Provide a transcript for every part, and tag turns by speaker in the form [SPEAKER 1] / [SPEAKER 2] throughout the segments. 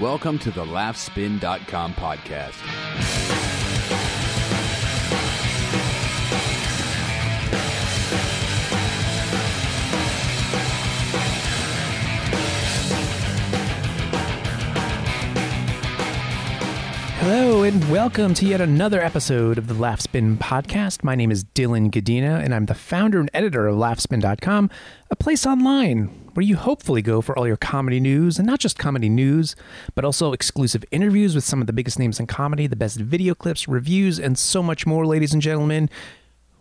[SPEAKER 1] Welcome to the laughspin.com podcast.
[SPEAKER 2] Hello and welcome to yet another episode of the Laughspin podcast. My name is Dylan Gadina and I'm the founder and editor of laughspin.com, a place online where you hopefully go for all your comedy news and not just comedy news, but also exclusive interviews with some of the biggest names in comedy, the best video clips, reviews and so much more, ladies and gentlemen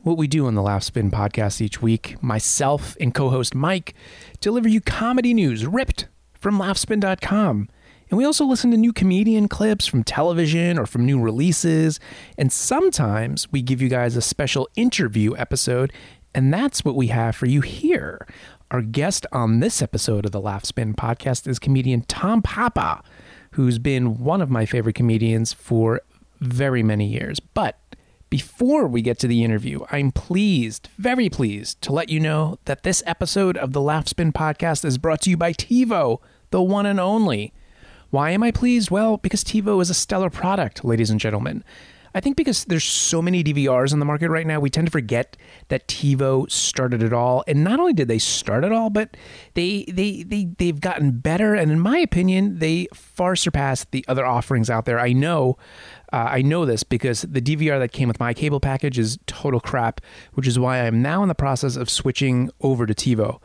[SPEAKER 2] what we do on the Laugh Spin podcast each week, myself and co host Mike deliver you comedy news ripped from laughspin.com. And we also listen to new comedian clips from television or from new releases. And sometimes we give you guys a special interview episode, and that's what we have for you here. Our guest on this episode of the Laugh Spin podcast is comedian Tom Papa, who's been one of my favorite comedians for very many years. But before we get to the interview, I'm pleased, very pleased, to let you know that this episode of the Laugh Spin podcast is brought to you by TiVo, the one and only. Why am I pleased? Well, because TiVo is a stellar product, ladies and gentlemen. I think because there's so many DVRs on the market right now, we tend to forget that TiVo started it all. And not only did they start it all, but they they they they've gotten better. And in my opinion, they far surpassed the other offerings out there. I know, uh, I know this because the DVR that came with my cable package is total crap, which is why I'm now in the process of switching over to TiVo.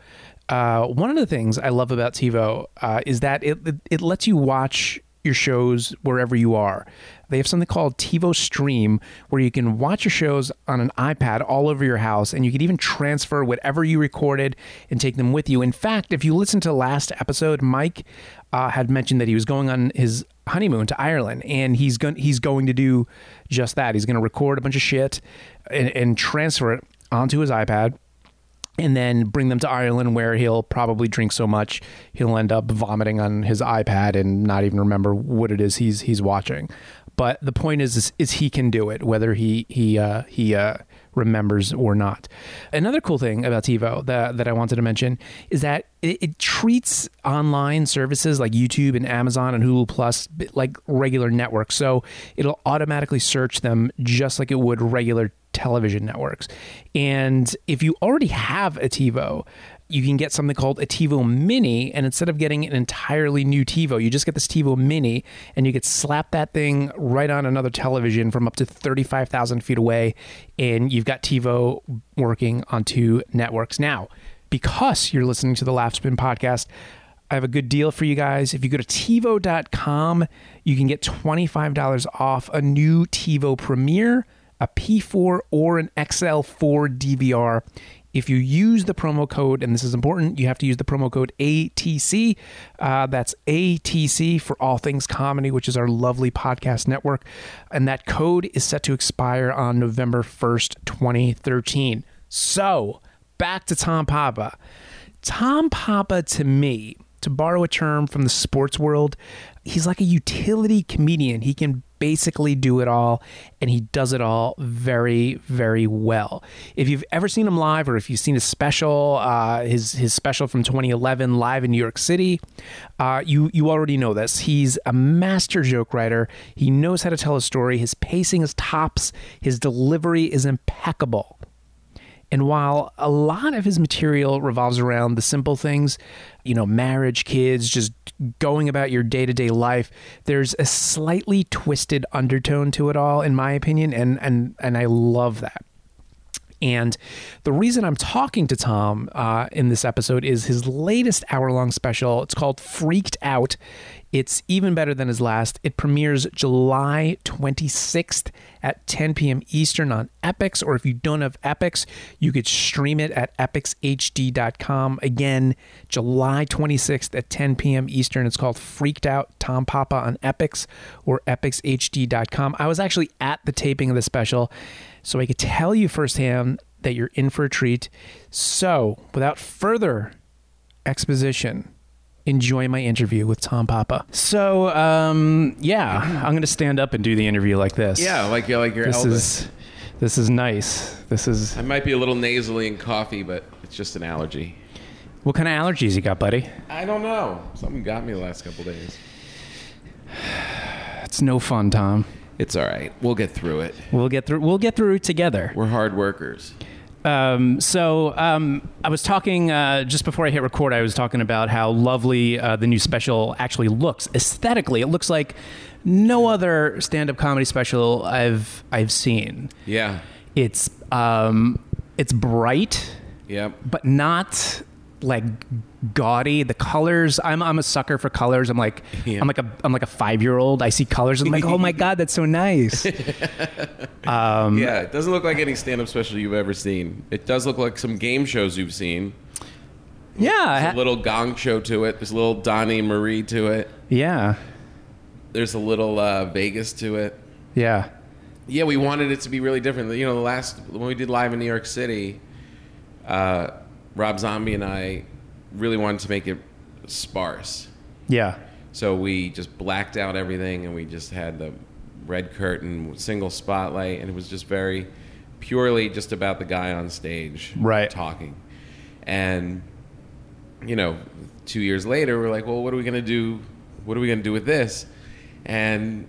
[SPEAKER 2] Uh, one of the things I love about TiVo uh, is that it, it it lets you watch your shows wherever you are. They have something called TiVo Stream where you can watch your shows on an iPad all over your house and you can even transfer whatever you recorded and take them with you. In fact, if you listen to last episode, Mike uh, had mentioned that he was going on his honeymoon to Ireland and he's going he's going to do just that. He's going to record a bunch of shit and, and transfer it onto his iPad and then bring them to Ireland where he'll probably drink so much he'll end up vomiting on his iPad and not even remember what it is he's he's watching. But the point is is, is he can do it whether he he uh, he uh, remembers or not. Another cool thing about TiVo that that I wanted to mention is that it, it treats online services like YouTube and Amazon and Hulu Plus bit like regular networks. So it'll automatically search them just like it would regular television networks. And if you already have a TiVo, you can get something called a TiVo Mini, and instead of getting an entirely new TiVo, you just get this TiVo Mini, and you could slap that thing right on another television from up to 35,000 feet away, and you've got TiVo working on two networks. Now, because you're listening to the Laughspin podcast, I have a good deal for you guys. If you go to TiVo.com, you can get $25 off a new TiVo Premiere, a P4, or an XL4 DVR. If you use the promo code, and this is important, you have to use the promo code ATC. Uh, that's ATC for All Things Comedy, which is our lovely podcast network. And that code is set to expire on November 1st, 2013. So back to Tom Papa. Tom Papa, to me, to borrow a term from the sports world, he's like a utility comedian. He can basically do it all, and he does it all very, very well. If you've ever seen him live, or if you've seen his special, uh, his his special from 2011, live in New York City, uh, you you already know this. He's a master joke writer. He knows how to tell a story. His pacing is tops. His delivery is impeccable. And while a lot of his material revolves around the simple things, you know, marriage, kids, just going about your day to day life, there's a slightly twisted undertone to it all, in my opinion, and and and I love that. And the reason I'm talking to Tom uh, in this episode is his latest hour long special. It's called Freaked Out. It's even better than his last. It premieres July 26th at 10 p.m. Eastern on Epix. Or if you don't have Epix, you could stream it at epixhd.com. Again, July 26th at 10 p.m. Eastern. It's called Freaked Out Tom Papa on Epix or epixhd.com. I was actually at the taping of the special so I could tell you firsthand that you're in for a treat. So, without further exposition, enjoy my interview with Tom Papa. So, um, yeah, I'm going to stand up and do the interview like this.
[SPEAKER 3] Yeah, like you're like your
[SPEAKER 2] this
[SPEAKER 3] Elvis.
[SPEAKER 2] is this is nice. This is
[SPEAKER 3] I might be a little nasally in coffee, but it's just an allergy.
[SPEAKER 2] what kind of allergies you got, buddy?
[SPEAKER 3] I don't know. Something got me the last couple days.
[SPEAKER 2] It's no fun, Tom.
[SPEAKER 3] It's all right. We'll get through it.
[SPEAKER 2] We'll get through. We'll get through together.
[SPEAKER 3] We're hard workers.
[SPEAKER 2] Um, so um, I was talking uh, just before I hit record. I was talking about how lovely uh, the new special actually looks aesthetically. It looks like no other stand-up comedy special I've I've seen.
[SPEAKER 3] Yeah.
[SPEAKER 2] It's um, it's bright,
[SPEAKER 3] Yep.
[SPEAKER 2] but not like gaudy. The colors. I'm I'm a sucker for colors. I'm like
[SPEAKER 3] Yeah.
[SPEAKER 2] I'm like a I'm like a five year old. I see colors. I'm like, oh my god, that's so nice. Um,
[SPEAKER 3] yeah. It doesn't look like any stand up special you've ever seen. It does look like some game shows you've seen.
[SPEAKER 2] yeah,
[SPEAKER 3] A little gong show to it. There's a little Donnie Marie to it.
[SPEAKER 2] yeah,
[SPEAKER 3] There's a little uh, Vegas to it.
[SPEAKER 2] yeah.
[SPEAKER 3] Yeah, we wanted it to be really different. You know, the last when we did live in New York City, uh, Rob Zombie and I really wanted to make it sparse.
[SPEAKER 2] Yeah.
[SPEAKER 3] So we just blacked out everything, and we just had the red curtain, single spotlight, and it was just very purely just about the guy on stage,
[SPEAKER 2] Right.
[SPEAKER 3] talking. And you know, two years later, we're like, well, what are we gonna do? What are we gonna do with this? And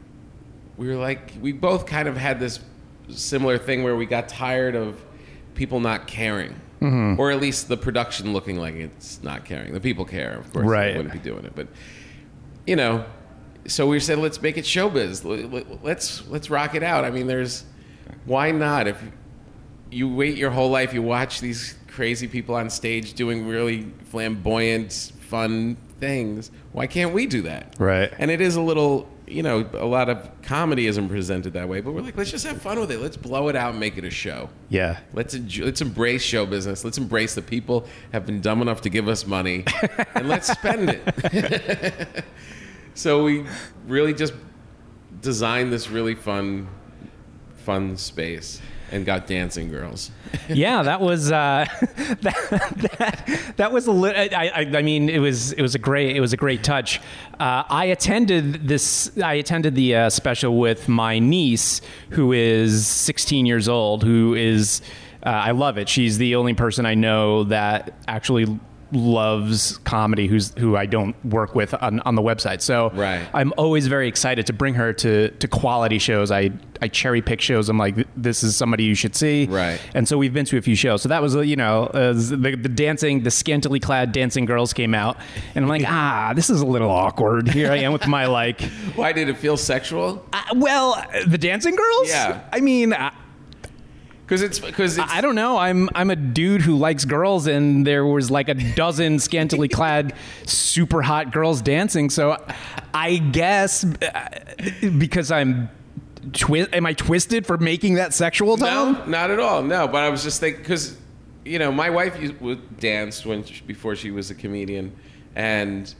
[SPEAKER 3] we were like, we both kind of had this similar thing where we got tired of people not caring.
[SPEAKER 2] Mm-hmm.
[SPEAKER 3] Or at least the production looking like it's not caring. The people care, of course.
[SPEAKER 2] Right.
[SPEAKER 3] They wouldn't be doing it. But you know, so we said let's make it showbiz. L- l- Let's let's rock it out. I mean, there's why not? If you wait your whole life, you watch these crazy people on stage doing really flamboyant, fun things. Why can't we do that?
[SPEAKER 2] Right.
[SPEAKER 3] And it is a little, you know, a lot of comedy isn't presented that way. But we're like, let's just have fun with it. Let's blow it out and make it a show.
[SPEAKER 2] Yeah.
[SPEAKER 3] Let's enjoy, let's embrace show business. Let's embrace the people have been dumb enough to give us money, and let's spend it. so we really just designed this really fun, fun space, and got dancing girls.
[SPEAKER 2] yeah, that was uh, that, that that was a li- I, I, I mean, it was it was a great it was a great touch. Uh, I attended this. I attended the uh, special with my niece, who is 16 years old. Who is uh, I love it. She's the only person I know that actually loves comedy who's who I don't work with on, on the website. So
[SPEAKER 3] Right.
[SPEAKER 2] I'm always very excited to bring her to to quality shows. I I cherry pick shows. I'm like this is somebody you should see.
[SPEAKER 3] Right.
[SPEAKER 2] And so we've been to a few shows. So that was, uh, you know, uh, the, the dancing, the scantily clad dancing girls came out. And I'm like, ah, this is a little awkward. Here I am with my, like,
[SPEAKER 3] Why did it feel sexual?
[SPEAKER 2] uh, well, uh, the dancing girls?
[SPEAKER 3] Yeah.
[SPEAKER 2] I mean, I,
[SPEAKER 3] Because it's because it's,
[SPEAKER 2] I don't know. I'm, I'm a dude who likes girls, and there was like a dozen scantily clad, super hot girls dancing. So I guess uh, because I'm. Twi- am I twisted for making that sexual, Tom?
[SPEAKER 3] No, not at all. No, but I was just thinking because you know my wife used, would danced when she, before she was a comedian, and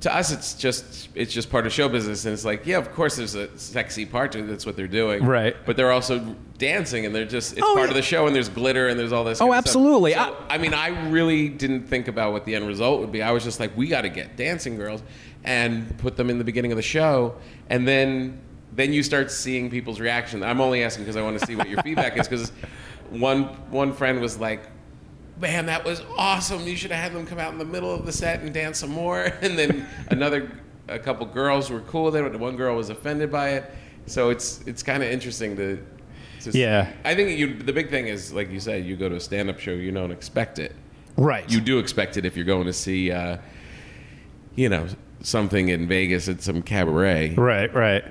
[SPEAKER 3] to us it's just it's just part of show business, and it's like yeah, of course there's a sexy part to it. That's what they're doing,
[SPEAKER 2] Right.
[SPEAKER 3] But they're also dancing, and they're just it's
[SPEAKER 2] Oh,
[SPEAKER 3] part
[SPEAKER 2] yeah.
[SPEAKER 3] of the show, and there's glitter, and there's all this.
[SPEAKER 2] Oh,
[SPEAKER 3] kind of stuff.
[SPEAKER 2] absolutely.
[SPEAKER 3] So,
[SPEAKER 2] I-
[SPEAKER 3] I mean, I really didn't think about what the end result would be. I was just like, we got to get dancing girls and put them in the beginning of the show, and then then you start seeing people's reaction. I'm only asking because I want to see what your feedback is. Because one one friend was like, "Man, that was awesome! You should have had them come out in the middle of the set and dance some more." And then another a couple girls were cool with it, but one girl was offended by it. So it's it's kind of interesting to. to see.
[SPEAKER 2] Yeah.
[SPEAKER 3] I think you. The big thing is, like you said, you go to a stand-up show, you don't expect it.
[SPEAKER 2] Right.
[SPEAKER 3] You do expect it if you're going to see, uh, you know, something in Vegas at some cabaret.
[SPEAKER 2] Right, right.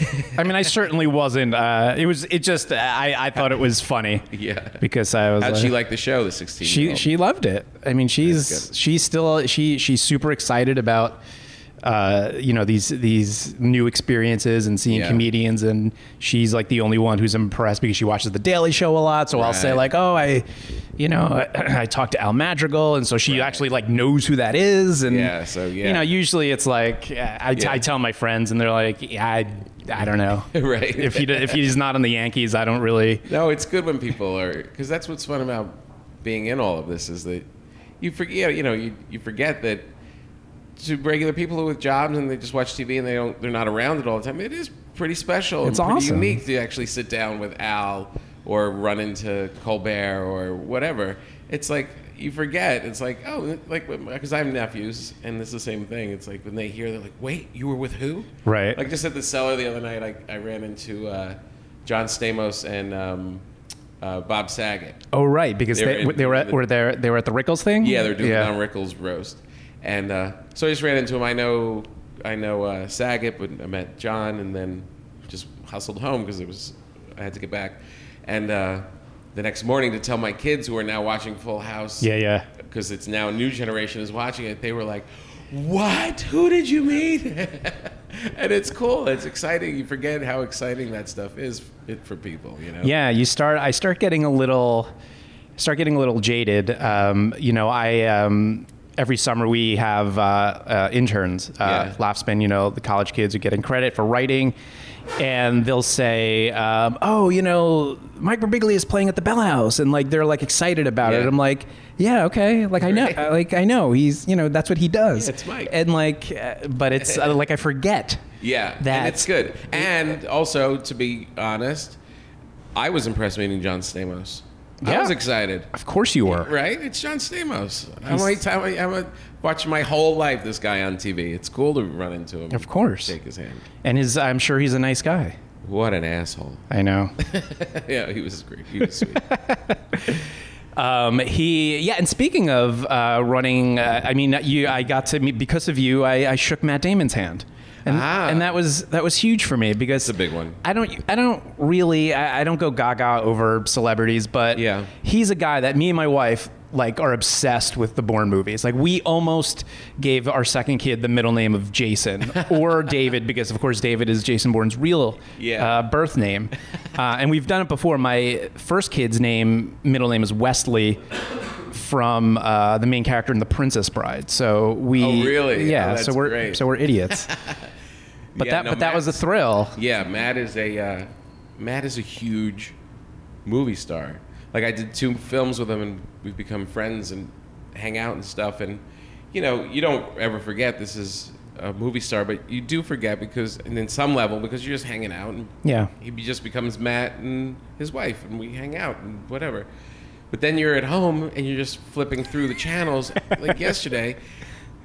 [SPEAKER 2] I mean, I certainly wasn't. Uh, it was. It just. I, I thought it was funny
[SPEAKER 3] Yeah.
[SPEAKER 2] because I was.
[SPEAKER 3] How'd
[SPEAKER 2] like,
[SPEAKER 3] she like the show? The 16.
[SPEAKER 2] She she loved it. I mean, she's
[SPEAKER 3] good.
[SPEAKER 2] she's still she she's super excited about uh, you know these these new experiences and seeing
[SPEAKER 3] Yeah.
[SPEAKER 2] comedians, and she's like the only one who's impressed because she watches The Daily Show a lot. So I'll say
[SPEAKER 3] Right.
[SPEAKER 2] like, oh, I you know I, talked to Al Madrigal, and so she actually like knows who that is, and
[SPEAKER 3] Yeah, so, yeah.
[SPEAKER 2] you know usually it's like uh, I, I tell my friends, and they're like, yeah, I I don't know.
[SPEAKER 3] Right.
[SPEAKER 2] If he if he's not on the Yankees, I don't really.
[SPEAKER 3] No, it's good when people are because that's what's fun about being in all of this is that you forget. You know, you you forget that to regular people with jobs and they just watch TV and they don't they're not around it all the time. It is pretty special.
[SPEAKER 2] It's
[SPEAKER 3] and pretty
[SPEAKER 2] awesome.
[SPEAKER 3] unique to actually sit down with Al or run into Colbert or whatever. It's like you forget. It's like oh, like because I have nephews, and it's the same thing. It's like when they hear, they're like, "Wait, you were with who?"
[SPEAKER 2] Right.
[SPEAKER 3] Like just at the cellar the other night, I, I ran into uh, John Stamos and um, uh, Bob Saget.
[SPEAKER 2] Oh, right, because
[SPEAKER 3] They were
[SPEAKER 2] they,
[SPEAKER 3] in-
[SPEAKER 2] they were at, were there they were at the Rickles thing.
[SPEAKER 3] Yeah, they're doing Don Rickles roast, and uh, so I just ran into him. I know, I know uh, Saget, but I met John, and then just hustled home because it was I had to get back, and uh, the next morning to tell my kids who are now watching Full House.
[SPEAKER 2] yeah, yeah.
[SPEAKER 3] Because it's now a new generation is watching it. They were like, "What? Who did you meet?" and it's cool. It's exciting. You forget how exciting that stuff is it- for people. You know.
[SPEAKER 2] Yeah, you start. I start getting a little, start getting a little jaded. Um, you know, I um, every summer we have uh, uh, interns, uh,
[SPEAKER 3] Yeah.
[SPEAKER 2] Laughspin. You know, the college kids who get in credit for writing, and they'll say, um, "Oh, you know, Mike Birbiglia is playing at the Bell House," and like they're like excited about it.
[SPEAKER 3] Yeah.
[SPEAKER 2] I'm like, "Yeah, okay, like I know,
[SPEAKER 3] Right.
[SPEAKER 2] like I know he's, you know, that's what he does."
[SPEAKER 3] Yeah, it's Mike.
[SPEAKER 2] and like, uh, but it's uh, like I forget.
[SPEAKER 3] Yeah,
[SPEAKER 2] That-
[SPEAKER 3] and it's good. And also, to be honest, I was impressed meeting John Stamos.
[SPEAKER 2] Yeah.
[SPEAKER 3] I was excited.
[SPEAKER 2] Of course you were.
[SPEAKER 3] Right? It's John Stamos. How many times I, I watched my whole life this guy on TV? It's cool to run into him.
[SPEAKER 2] Of course.
[SPEAKER 3] Shake his hand.
[SPEAKER 2] And his, I'm sure he's a nice guy.
[SPEAKER 3] What an asshole.
[SPEAKER 2] I know.
[SPEAKER 3] yeah, he was great. He was sweet.
[SPEAKER 2] Um, he, yeah, and speaking of uh, running, uh, I mean, you, I got to meet because of you. I, I shook Matt Damon's hand, and,
[SPEAKER 3] Ah.
[SPEAKER 2] and that was that was huge for me because
[SPEAKER 3] It's a big one.
[SPEAKER 2] I don't, I don't really, I, I don't go gaga over celebrities, but
[SPEAKER 3] Yeah.
[SPEAKER 2] he's a guy that me and my wife like are obsessed with the Bourne movies. Like we almost gave our second kid the middle name of Jason or David because of course David is Jason Bourne's real
[SPEAKER 3] Yeah.
[SPEAKER 2] uh, birth name. Uh, and we've done it before. My first kid's name middle name is Wesley from uh, the main character in The Princess Bride. So we
[SPEAKER 3] Oh, really?
[SPEAKER 2] Yeah,
[SPEAKER 3] Oh,
[SPEAKER 2] so
[SPEAKER 3] that's
[SPEAKER 2] we're
[SPEAKER 3] great.
[SPEAKER 2] so we're idiots. But
[SPEAKER 3] Yeah,
[SPEAKER 2] that
[SPEAKER 3] no,
[SPEAKER 2] but that was a
[SPEAKER 3] Matt's-
[SPEAKER 2] thrill.
[SPEAKER 3] Yeah, Matt is a uh, Matt is a huge movie star. Like I did two films with him, and we've become friends and hang out and stuff. And you know, you don't ever forget this is a movie star, but you do forget because, and in some level, because you're just hanging out, and
[SPEAKER 2] Yeah.
[SPEAKER 3] he be- just becomes Matt and his wife, and we hang out and whatever. But then you're at home and you're just flipping through the channels. like yesterday,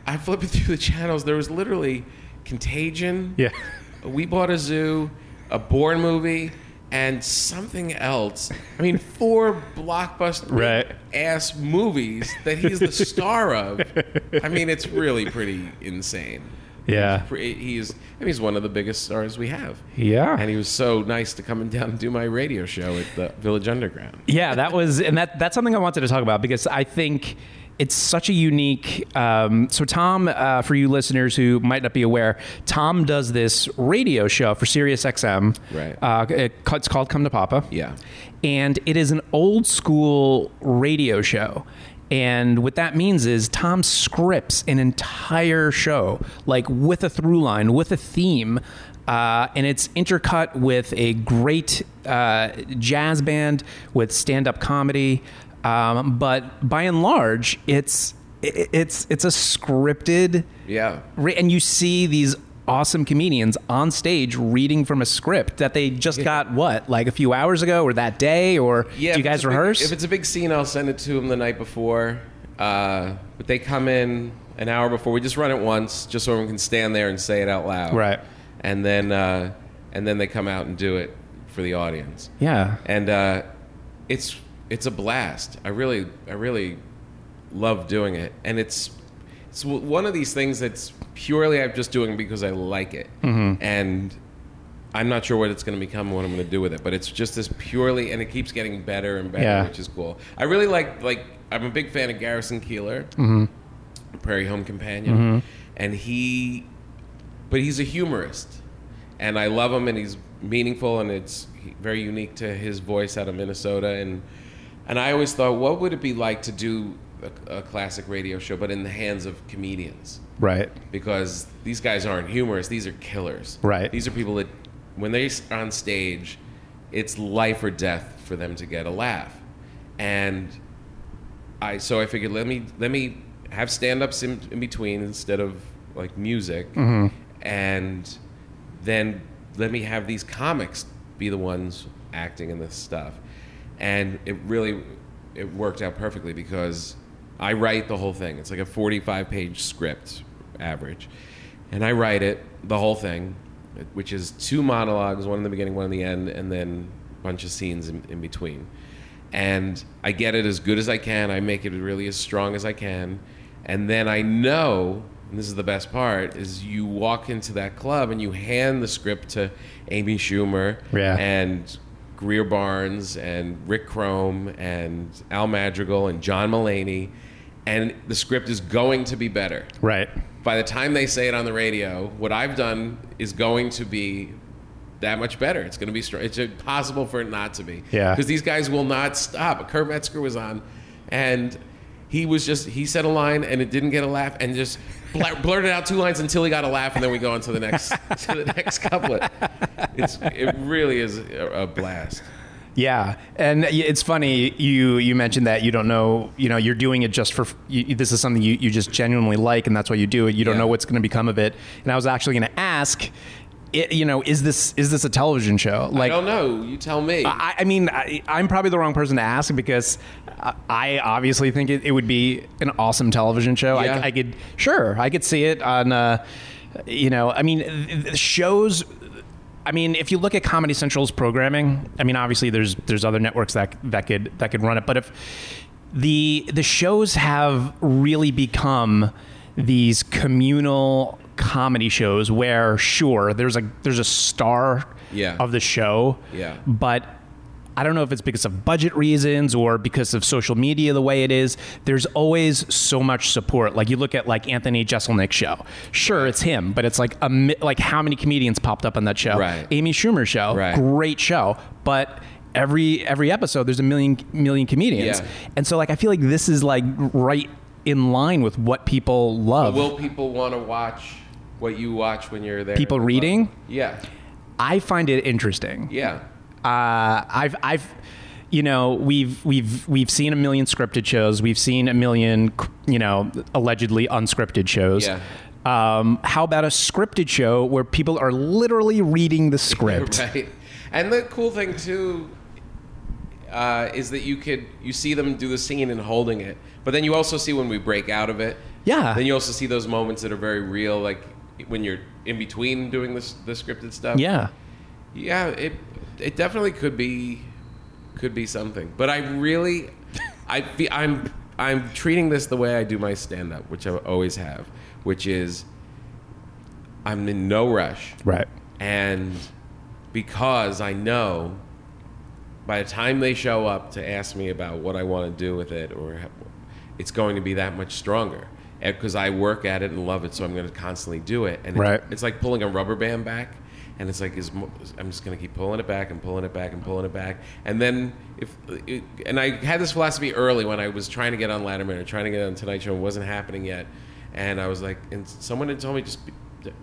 [SPEAKER 3] I flipping through the channels. There was literally Contagion. We bought a zoo, a Bourne movie, and something else. I mean, four blockbuster
[SPEAKER 2] Right.
[SPEAKER 3] ass movies that he's the star of. I mean, it's really pretty insane.
[SPEAKER 2] Yeah.
[SPEAKER 3] Pre- He's I mean, he's one of the biggest stars we have.
[SPEAKER 2] Yeah.
[SPEAKER 3] And he was so nice to come down and do my radio show at the Village Underground.
[SPEAKER 2] yeah that was and that that's something i wanted to talk about because i think it's such a unique um, so tom uh, for you listeners who might not be aware tom does this radio show for sirius xm
[SPEAKER 3] Right.
[SPEAKER 2] uh, it- it's called come to papa
[SPEAKER 3] Yeah.
[SPEAKER 2] and it is an old school radio show. And what that means is Tom scripts an entire show, like with a through line, with a theme, uh, and it's intercut with a great uh, jazz band, with stand up comedy. Um, but by and large, it's i- it's it's a scripted
[SPEAKER 3] Yeah.
[SPEAKER 2] Re- and you see these awesome comedians on stage reading from a script that they just got what like a few hours ago or that day or
[SPEAKER 3] Yeah,
[SPEAKER 2] do you
[SPEAKER 3] if
[SPEAKER 2] guys
[SPEAKER 3] it's a big-
[SPEAKER 2] rehearse
[SPEAKER 3] if it's a big scene, I'll send it to them the night before. Uh, but they come in an hour before. We just run it once, just so everyone can stand there and say it out loud.
[SPEAKER 2] Right.
[SPEAKER 3] And then uh, and then they come out and do it for the audience.
[SPEAKER 2] yeah
[SPEAKER 3] And uh, it's it's a blast. I really I really love doing it. And it's it's w- one of these things that's purely I'm just doing because I like it.
[SPEAKER 2] Mm-hmm.
[SPEAKER 3] And I'm not sure what it's going to become, what I'm going to do with it, but it's just this purely, and it keeps getting better and better,
[SPEAKER 2] Yeah.
[SPEAKER 3] which is cool. I really like, like, I'm a big fan of Garrison Keeler,
[SPEAKER 2] Mm-hmm.
[SPEAKER 3] Prairie Home Companion, and he, but he's a humorist, and I love him, and he's meaningful, and it's very unique to his voice out of Minnesota, and and I always thought, what would it be like to do a, a classic radio show, but in the hands of comedians?
[SPEAKER 2] right
[SPEAKER 3] because these guys aren't humorous. These are killers.
[SPEAKER 2] Right.
[SPEAKER 3] These are people that, when they're on stage, it's life or death for them to get a laugh. And I, so I figured, let me let me have stand-ups in, in between instead of like music, and then let me have these comics be the ones acting in this stuff. And it really, it worked out perfectly because I write the whole thing. It's like a 45 page script, average. And I write it, the whole thing, which is two monologues, one in the beginning, one in the end, and then a bunch of scenes in, in between. And I get it as good as I can. I make it really as strong as I can. And then I know, and this is the best part, is you walk into that club and you hand the script to Amy Schumer
[SPEAKER 2] Yeah.
[SPEAKER 3] and Greer Barnes and Rick Chrome and Al Madrigal and John Mullaney, and the script is going to be better.
[SPEAKER 2] Right.
[SPEAKER 3] By the time they say it on the radio, what I've done is going to be that much better. It's going to be str- it's impossible for it not to be.
[SPEAKER 2] Yeah.
[SPEAKER 3] because these guys will not stop. Kurt Metzger was on, and he was just he said a line and it didn't get a laugh and just blur- blurted out two lines until he got a laugh and then we go on to the next to the next couplet. It's it really is a, a blast.
[SPEAKER 2] Yeah, and y- it's funny you you mentioned that you don't know you know you're doing it just for you, you- this is something you, you just genuinely like and that's why you do it. You don't
[SPEAKER 3] Yeah.
[SPEAKER 2] know what's going to become of it. And I was actually going to ask, it, you know, is this is this a television show? Like,
[SPEAKER 3] I don't know. You tell me.
[SPEAKER 2] I, I mean, I, I'm probably the wrong person to ask because I- I obviously think it, it would be an awesome television show.
[SPEAKER 3] Yeah.
[SPEAKER 2] I, I could, sure, I could see it on, uh, you know, I mean, th- th- shows. I mean, if you look at Comedy Central's programming, I mean, obviously there's there's other networks that that could that could run it, but if the the shows have really become these communal comedy shows where sure there's a there's a star
[SPEAKER 3] Yeah.
[SPEAKER 2] of the show
[SPEAKER 3] Yeah.
[SPEAKER 2] but I don't know if it's because of budget reasons or because of social media the way it is. There's always so much support. Like you look at like Anthony Jeselnik's show. Sure, it's him, but it's like a mi- like how many comedians popped up on that show?
[SPEAKER 3] Right.
[SPEAKER 2] Amy Schumer's show,
[SPEAKER 3] Right.
[SPEAKER 2] great show, but every every episode there's a million million comedians,
[SPEAKER 3] Yeah.
[SPEAKER 2] and so like I feel like this is like right in line with what people love.
[SPEAKER 3] Will people want to watch what you watch when you're there?
[SPEAKER 2] People reading?
[SPEAKER 3] Yeah.
[SPEAKER 2] I find it interesting.
[SPEAKER 3] Yeah.
[SPEAKER 2] uh, I've I've you know we've we've we've seen a million scripted shows we've seen a million you know allegedly unscripted shows
[SPEAKER 3] Yeah.
[SPEAKER 2] um, how about a scripted show where people are literally reading the script
[SPEAKER 3] Right. And the cool thing too uh, is that you could you see them do the scene and holding it, but then you also see when we break out of it.
[SPEAKER 2] Yeah.
[SPEAKER 3] Then you also see those moments that are very real, like when you're in between doing this the scripted stuff.
[SPEAKER 2] yeah
[SPEAKER 3] Yeah, it it definitely could be could be something. But I really I fe I'm I'm treating this the way I do my stand up, which I always have, which is I'm in no rush.
[SPEAKER 2] right
[SPEAKER 3] And because I know by the time they show up to ask me about what I want to do with it, or ha- it's going to be that much stronger because I work at it and love it, so I'm going to constantly do it. And it-
[SPEAKER 2] Right.
[SPEAKER 3] it's like pulling a rubber band back. And it's like is, mo- I'm just gonna keep pulling it back and pulling it back and pulling it back, and then if it, and I had this philosophy early when I was trying to get on Letterman or trying to get on Tonight Show, it wasn't happening yet, and I was like, and someone had told me just be-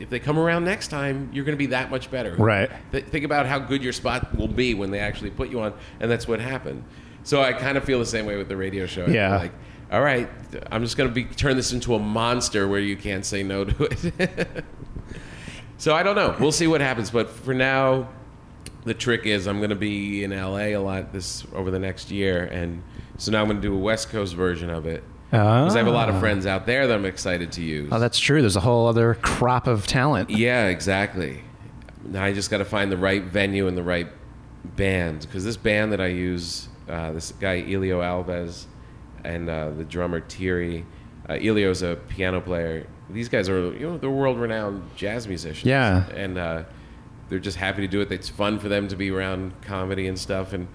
[SPEAKER 3] if they come around next time, you're gonna be that much better,
[SPEAKER 2] Right.
[SPEAKER 3] Th- think about how good your spot will be when they actually put you on, and that's what happened. So I kind of feel the same way with the radio show. I feel
[SPEAKER 2] Yeah.
[SPEAKER 3] Like, all right, I'm just going to be turn this into a monster where you can't say no to it. so I don't know. We'll see what happens. But for now, the trick is I'm going to be in LA a lot this over the next year, and so now I'm going to do a West Coast version of it
[SPEAKER 2] Ah.
[SPEAKER 3] because I have a lot of friends out there that I'm excited to use.
[SPEAKER 2] oh that's true there's a whole other crop of talent
[SPEAKER 3] Yeah, exactly. Now I just got to find the right venue and the right band because this band that I use, uh, this guy Elio Alves and uh, the drummer Thierry. Uh, Elio's a piano player. These guys are you know they're world renowned jazz musicians.
[SPEAKER 2] Yeah.
[SPEAKER 3] and uh, they're just happy to do it. It's fun for them to be around comedy and stuff, and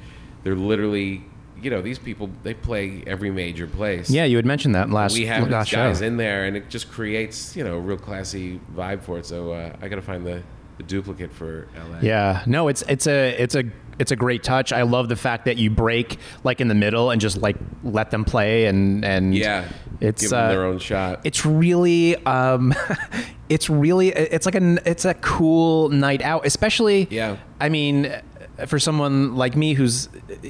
[SPEAKER 3] they're literally you know these people they play every major place
[SPEAKER 2] yeah you had mentioned that last
[SPEAKER 3] we have
[SPEAKER 2] last
[SPEAKER 3] these guys
[SPEAKER 2] show
[SPEAKER 3] in there, and it just creates you know a real classy vibe for it. So uh, I got to find the, the duplicate for LA.
[SPEAKER 2] yeah no it's it's a it's a it's a great touch I love the fact that you break like in the middle and just like let them play and and
[SPEAKER 3] yeah,
[SPEAKER 2] it's
[SPEAKER 3] give them
[SPEAKER 2] uh,
[SPEAKER 3] their own shot.
[SPEAKER 2] it's really um it's really it's like an it's a cool night out especially
[SPEAKER 3] Yeah.
[SPEAKER 2] i mean for someone like me who's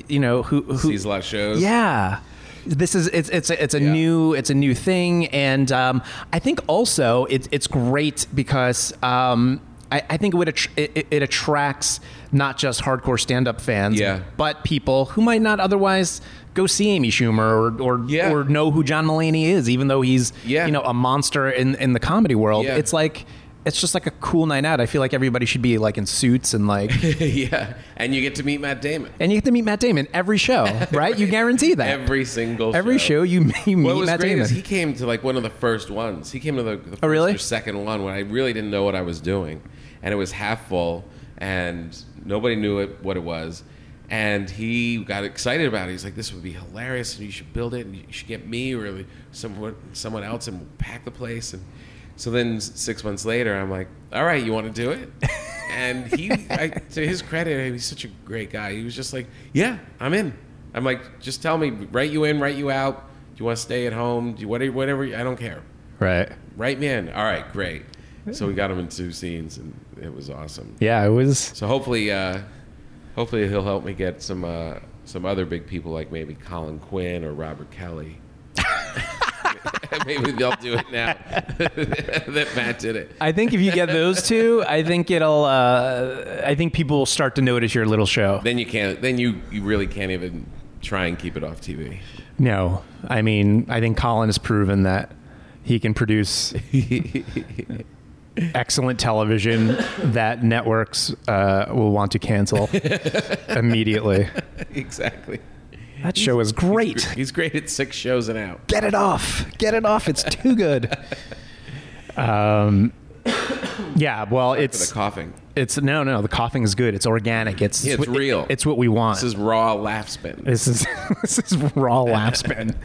[SPEAKER 2] you know who who
[SPEAKER 3] Sees a lot of shows.
[SPEAKER 2] yeah this is it's it's a, it's a
[SPEAKER 3] Yeah.
[SPEAKER 2] new it's a new thing and um i think also it's it's great because um I, I think it would attr it, it- it attracts not just hardcore stand-up fans,
[SPEAKER 3] Yeah.
[SPEAKER 2] but people who might not otherwise go see Amy Schumer or or,
[SPEAKER 3] Yeah.
[SPEAKER 2] or know who John Mulaney is, even though he's
[SPEAKER 3] Yeah.
[SPEAKER 2] you know a monster in in the comedy world.
[SPEAKER 3] Yeah.
[SPEAKER 2] It's like it's just like a cool night out. I feel like everybody should be like in suits and like,
[SPEAKER 3] yeah, and you get to meet Matt Damon
[SPEAKER 2] and you get to meet Matt Damon every show, right? You guarantee that
[SPEAKER 3] every single
[SPEAKER 2] Every show you, you meet
[SPEAKER 3] What was
[SPEAKER 2] Matt
[SPEAKER 3] great
[SPEAKER 2] Damon. Oh,
[SPEAKER 3] is he came to like one of the first ones. He came to the, the first
[SPEAKER 2] really?
[SPEAKER 3] or second one when I really didn't know what I was doing, and it was half full, and nobody knew it, what it was. And he got excited about it. He's like, "This would be hilarious, and you should build it, and you should get me or someone someone else, and we'll pack the place." And so then s- six months later, I'm like, "All right, you want to do it?" And he, I, to his credit, he's such a great guy. He was just like, "Yeah, I'm in." I'm like, "Just tell me, write you in, write you out. Do you want to stay at home? Do you, whatever, whatever. I don't care."
[SPEAKER 2] right.
[SPEAKER 3] Right man. All right, great. So we got him in two scenes, and it was awesome.
[SPEAKER 2] Yeah, it was.
[SPEAKER 3] So hopefully, uh, hopefully he'll help me get some uh, some other big people like maybe Colin Quinn or Robert Kelly. maybe they'll do it now that Matt did it.
[SPEAKER 2] I think if you get those two, I think it'll. Uh, I think people will start to notice your little show.
[SPEAKER 3] Then you can't. Then you you really can't even try and keep it off TV.
[SPEAKER 2] No, I mean, I think Colin has proven that he can produce excellent television that networks uh, will want to cancel immediately.
[SPEAKER 3] exactly.
[SPEAKER 2] That show is great.
[SPEAKER 3] He's great at six shows and out.
[SPEAKER 2] Get it off. Get it off. It's too good. Um, yeah. Well,
[SPEAKER 3] For
[SPEAKER 2] it's
[SPEAKER 3] the coughing.
[SPEAKER 2] It's no, no. The coughing is good. It's organic. It's
[SPEAKER 3] Yeah, it's
[SPEAKER 2] it-
[SPEAKER 3] real.
[SPEAKER 2] it's what we want.
[SPEAKER 3] This is raw laugh spin.
[SPEAKER 2] this is, this is raw laugh spin.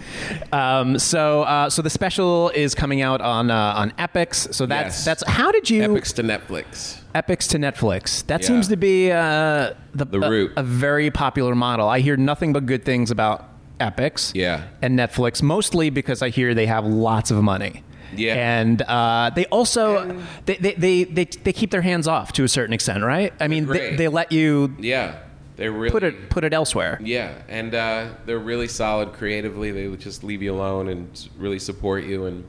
[SPEAKER 2] um, so uh, so the special is coming out on uh, on Epics. So that's
[SPEAKER 3] Yes.
[SPEAKER 2] that's how did you
[SPEAKER 3] Epics to Netflix.
[SPEAKER 2] Epics to Netflix? That
[SPEAKER 3] Yeah.
[SPEAKER 2] seems to be uh, the,
[SPEAKER 3] The
[SPEAKER 2] a-
[SPEAKER 3] route.
[SPEAKER 2] A, very popular model. I hear nothing but good things about Epics.
[SPEAKER 3] Yeah.
[SPEAKER 2] And Netflix, mostly because I hear they have lots of money.
[SPEAKER 3] Yeah.
[SPEAKER 2] And uh, they also they, they, they, they, they keep their hands off to a certain extent, right? I mean, they,
[SPEAKER 3] Great.
[SPEAKER 2] they let you
[SPEAKER 3] Yeah, they really
[SPEAKER 2] put it put it elsewhere.
[SPEAKER 3] Yeah, and uh, they're really solid creatively. They would just leave you alone and really support you. And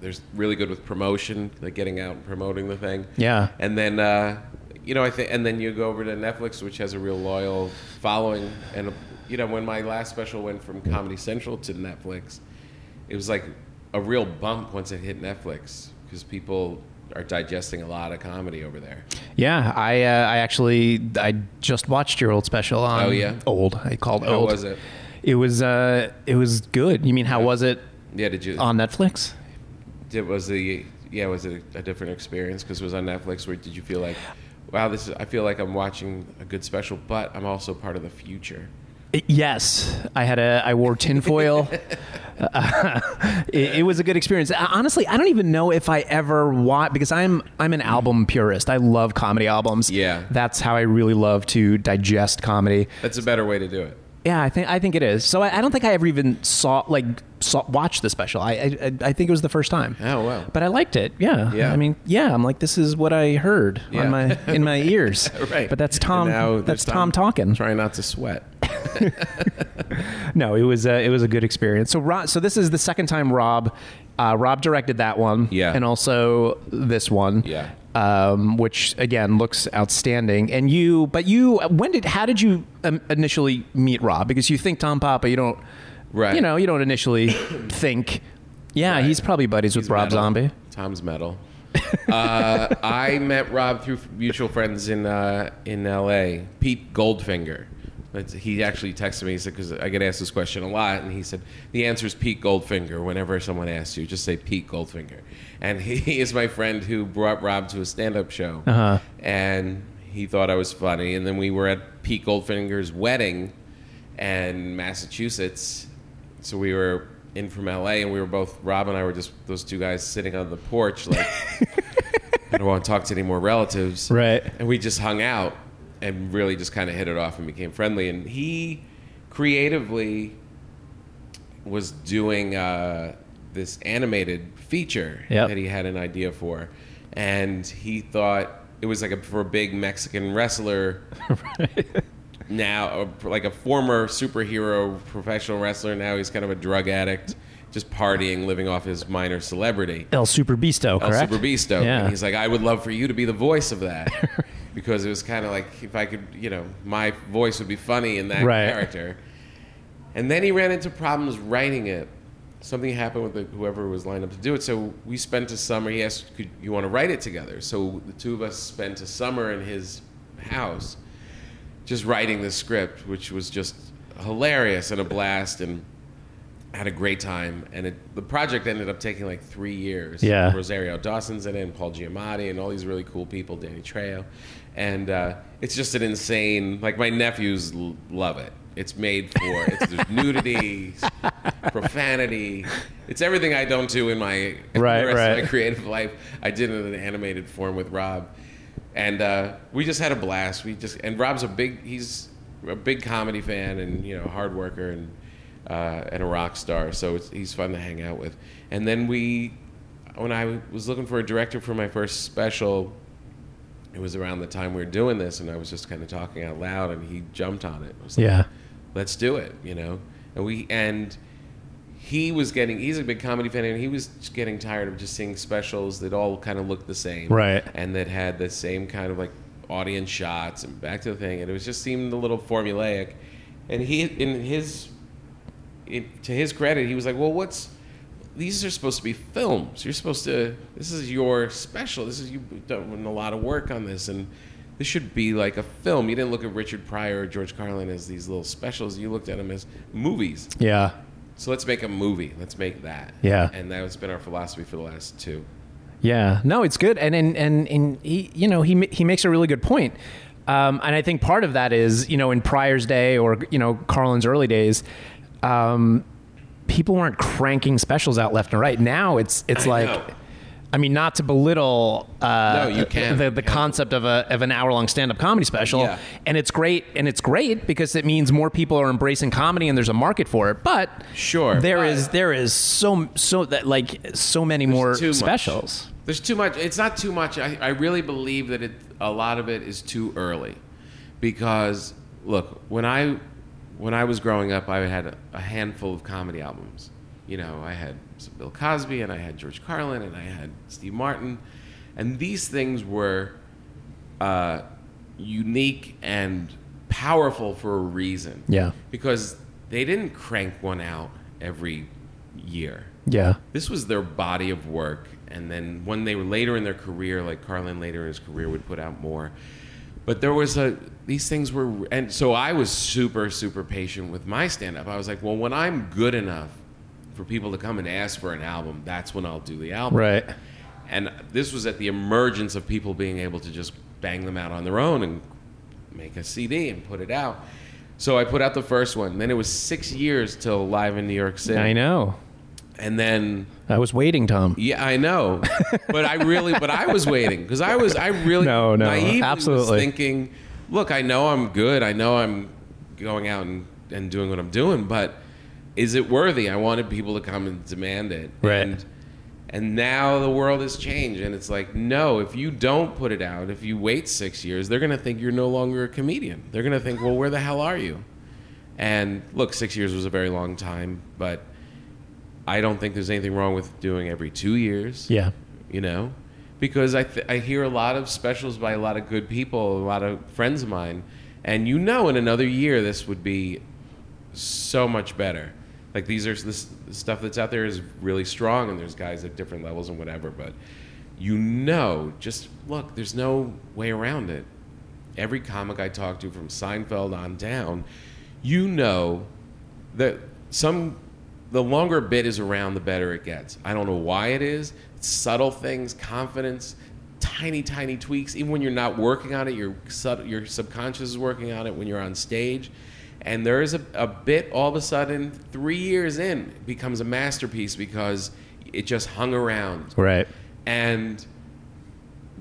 [SPEAKER 3] they're really good with promotion, like getting out and promoting the thing.
[SPEAKER 2] Yeah.
[SPEAKER 3] And then, uh, you know, I think, and then you go over to Netflix, which has a real loyal following. And you know, when my last special went from Comedy Central to Netflix, it was like a real bump once it hit Netflix because people are digesting a lot of comedy over there.
[SPEAKER 2] Yeah, I uh, I actually I just watched your old special on
[SPEAKER 3] Oh, yeah?
[SPEAKER 2] old. I called
[SPEAKER 3] How
[SPEAKER 2] old.
[SPEAKER 3] was it?
[SPEAKER 2] It was uh it was good. You mean how was it
[SPEAKER 3] Yeah, did you?
[SPEAKER 2] on Netflix?
[SPEAKER 3] Did, was the yeah was it a, a different experience because it was on Netflix? Where did you feel like, wow, this is, I feel like I'm watching a good special, but I'm also part of the future.
[SPEAKER 2] It- yes, I had a I wore tinfoil. uh, it, it was a good experience. Uh, Honestly, I don't even know if I ever watch because I'm I'm an album purist. I love comedy albums.
[SPEAKER 3] Yeah.
[SPEAKER 2] that's how I really love to digest comedy.
[SPEAKER 3] That's a better way to do it.
[SPEAKER 2] Yeah, I think I think it is. So I, I don't think I ever even saw like saw watched the special. I, I I- I think it was the first time.
[SPEAKER 3] Oh, wow.
[SPEAKER 2] But I liked it. Yeah.
[SPEAKER 3] Yeah.
[SPEAKER 2] I mean, yeah. I'm like, this is what I heard
[SPEAKER 3] Yeah.
[SPEAKER 2] on my in my ears.
[SPEAKER 3] Right.
[SPEAKER 2] But that's
[SPEAKER 3] And
[SPEAKER 2] Tom.
[SPEAKER 3] now
[SPEAKER 2] That's
[SPEAKER 3] there's
[SPEAKER 2] Tom,
[SPEAKER 3] Tom
[SPEAKER 2] talking.
[SPEAKER 3] Try not to sweat.
[SPEAKER 2] No, it was a, it was a good experience. So Rob, so this is the second time Rob. Uh, Rob directed that one,
[SPEAKER 3] Yeah.
[SPEAKER 2] and also this one,
[SPEAKER 3] Yeah.
[SPEAKER 2] um, which again looks outstanding. And you, but you, when did? How did you um, initially meet Rob? Because you think Tom Papa, you don't,
[SPEAKER 3] Right.
[SPEAKER 2] You know, you don't initially think, yeah,
[SPEAKER 3] Right.
[SPEAKER 2] he's probably buddies with
[SPEAKER 3] He's
[SPEAKER 2] Rob
[SPEAKER 3] metal.
[SPEAKER 2] Zombie.
[SPEAKER 3] Tom's metal. uh, I met Rob through mutual friends in uh, in L.A. Pete Goldfinger. That's, he actually texted me. He said because I get asked this question a lot, and he said the answer is Pete Goldfinger. Whenever someone asks you, just say Pete Goldfinger. And he, is my friend who brought Rob to a stand-up show,
[SPEAKER 2] Uh-huh.
[SPEAKER 3] and he thought I was funny. And then we were at Pete Goldfinger's wedding, and Massachusetts. So we were in from LA, and we were both Rob and I were just those two guys sitting on the porch, like I don't want to talk to any more relatives,
[SPEAKER 2] Right.
[SPEAKER 3] And we just hung out and really just kind of hit it off and became friendly. And he creatively was doing uh, this animated feature
[SPEAKER 2] Yep.
[SPEAKER 3] that he had an idea for, and he thought it was like a, for a big Mexican wrestler now like a former superhero professional wrestler now he's kind of a drug addict just partying, living off his minor celebrity.
[SPEAKER 2] El Super Bisto,
[SPEAKER 3] El
[SPEAKER 2] correct?
[SPEAKER 3] Super Beasto.
[SPEAKER 2] Yeah.
[SPEAKER 3] And he's like, I would love for you to be the voice of that. because it was kind of like, if I could, you know, my voice would be funny in that
[SPEAKER 2] Right.
[SPEAKER 3] character. And then he ran into problems writing it. Something happened with the, whoever was lined up to do it. So we spent a summer. He asked, could you want to write it together? So the two of us spent a summer in his house just writing this script, which was just hilarious and a blast and had a great time. And it, the project ended up taking like three years.
[SPEAKER 2] Yeah.
[SPEAKER 3] Rosario Dawson's in it, and Paul Giamatti, and all these really cool people, Danny Trejo. And uh, it's just an insane, like, my nephews l- love it. It's made for it's, there's nudity, profanity. It's everything I don't do in my
[SPEAKER 2] Right,
[SPEAKER 3] the rest of my
[SPEAKER 2] right.
[SPEAKER 3] creative life. I did it in an animated form with Rob, and uh, we just had a blast. We just and Rob's a big he's a big comedy fan and you know a hard worker and uh, and a rock star. So it's, he's fun to hang out with. And then we, when I was looking for a director for my first special, it was around the time we were doing this, and I was just kind of talking out loud, and he jumped on it. I was like,
[SPEAKER 2] Yeah.
[SPEAKER 3] let's do it you know and we and he was getting he's a big comedy fan and he was getting tired of just seeing specials that all kind of looked the same
[SPEAKER 2] Right.
[SPEAKER 3] and that had the same kind of like audience shots and back to the thing and it was just seemed a little formulaic and he in his it, to his credit he was like well what's these are supposed to be films you're supposed to this is your special this is you've done a lot of work on this and this should be like a film you didn't look at richard pryor or george carlin as these little specials you looked at them as movies
[SPEAKER 2] Yeah.
[SPEAKER 3] so let's make a movie. Let's make that.
[SPEAKER 2] Yeah.
[SPEAKER 3] And that's been our philosophy for the last two.
[SPEAKER 2] Yeah, no, it's good, and and and, and he, you know, he ma- he makes a really good point, um, and I think part of that is you know in Pryor's day or you know Carlin's early days, um, people weren't cranking specials out left and right. Now it's it's
[SPEAKER 3] I
[SPEAKER 2] like.
[SPEAKER 3] know.
[SPEAKER 2] I mean, not to belittle uh,
[SPEAKER 3] No, you can.
[SPEAKER 2] the, the
[SPEAKER 3] Yeah.
[SPEAKER 2] concept of, a, of an hour long stand up comedy special,
[SPEAKER 3] Yeah.
[SPEAKER 2] and it's great, and it's great because it means more people are embracing comedy and there's a market for it. But
[SPEAKER 3] Sure,
[SPEAKER 2] there
[SPEAKER 3] but-
[SPEAKER 2] is there is so so that like so many more
[SPEAKER 3] too much.
[SPEAKER 2] specials.
[SPEAKER 3] There's too much. It's not too much. I, I really believe that it, a lot of it is too early, because look, when I when I was growing up, I had a, a handful of comedy albums. You know, I had some Bill Cosby, and I had George Carlin, and I had Steve Martin, and these things were uh, unique and powerful for a reason.
[SPEAKER 2] Yeah.
[SPEAKER 3] because they didn't crank one out every year.
[SPEAKER 2] Yeah.
[SPEAKER 3] This was their body of work, and then when they were later in their career, like Carlin later in his career would put out more. But there was a these things were, and so I was super super patient with my stand up. I was like, well, when I'm good enough for people to come and ask for an album, that's when I'll do the album.
[SPEAKER 2] Right.
[SPEAKER 3] And this was at the emergence of people being able to just bang them out on their own and make a CD and put it out. So I put out the first one. Then it was six years till live in New York City.
[SPEAKER 2] I know.
[SPEAKER 3] And then
[SPEAKER 2] I was waiting, Tom.
[SPEAKER 3] yeah, I know, but I really, but I was waiting because I was, I really,
[SPEAKER 2] No, no,
[SPEAKER 3] naively was
[SPEAKER 2] absolutely.
[SPEAKER 3] thinking, look, I know I'm good, I know I'm going out and, and doing what I'm doing, but is it worthy? I wanted people to come and demand it,
[SPEAKER 2] Right.
[SPEAKER 3] And, and now the world has changed, and it's like, no, if you don't put it out, if you wait six years, they're gonna think you're no longer a comedian. They're gonna think, well, where the hell are you? And look, six years was a very long time, but I don't think there's anything wrong with doing every two years.
[SPEAKER 2] Yeah.
[SPEAKER 3] You know? Because I, th- I hear a lot of specials by a lot of good people, a lot of friends of mine, and you know in another year this would be so much better. Like these are this stuff that's out there is really strong, and there's guys at different levels and whatever. But you know, just look, there's no way around it. Every comic I talk to, from Seinfeld on down, you know that some the longer a bit is around, the better it gets. I don't know why it is. It's subtle things, confidence, tiny, tiny tweaks. Even when you're not working on it, your sub, your subconscious is working on it when you're on stage. And there is a, a bit all of a sudden, three years in, becomes a masterpiece because it just hung around
[SPEAKER 2] Right.
[SPEAKER 3] and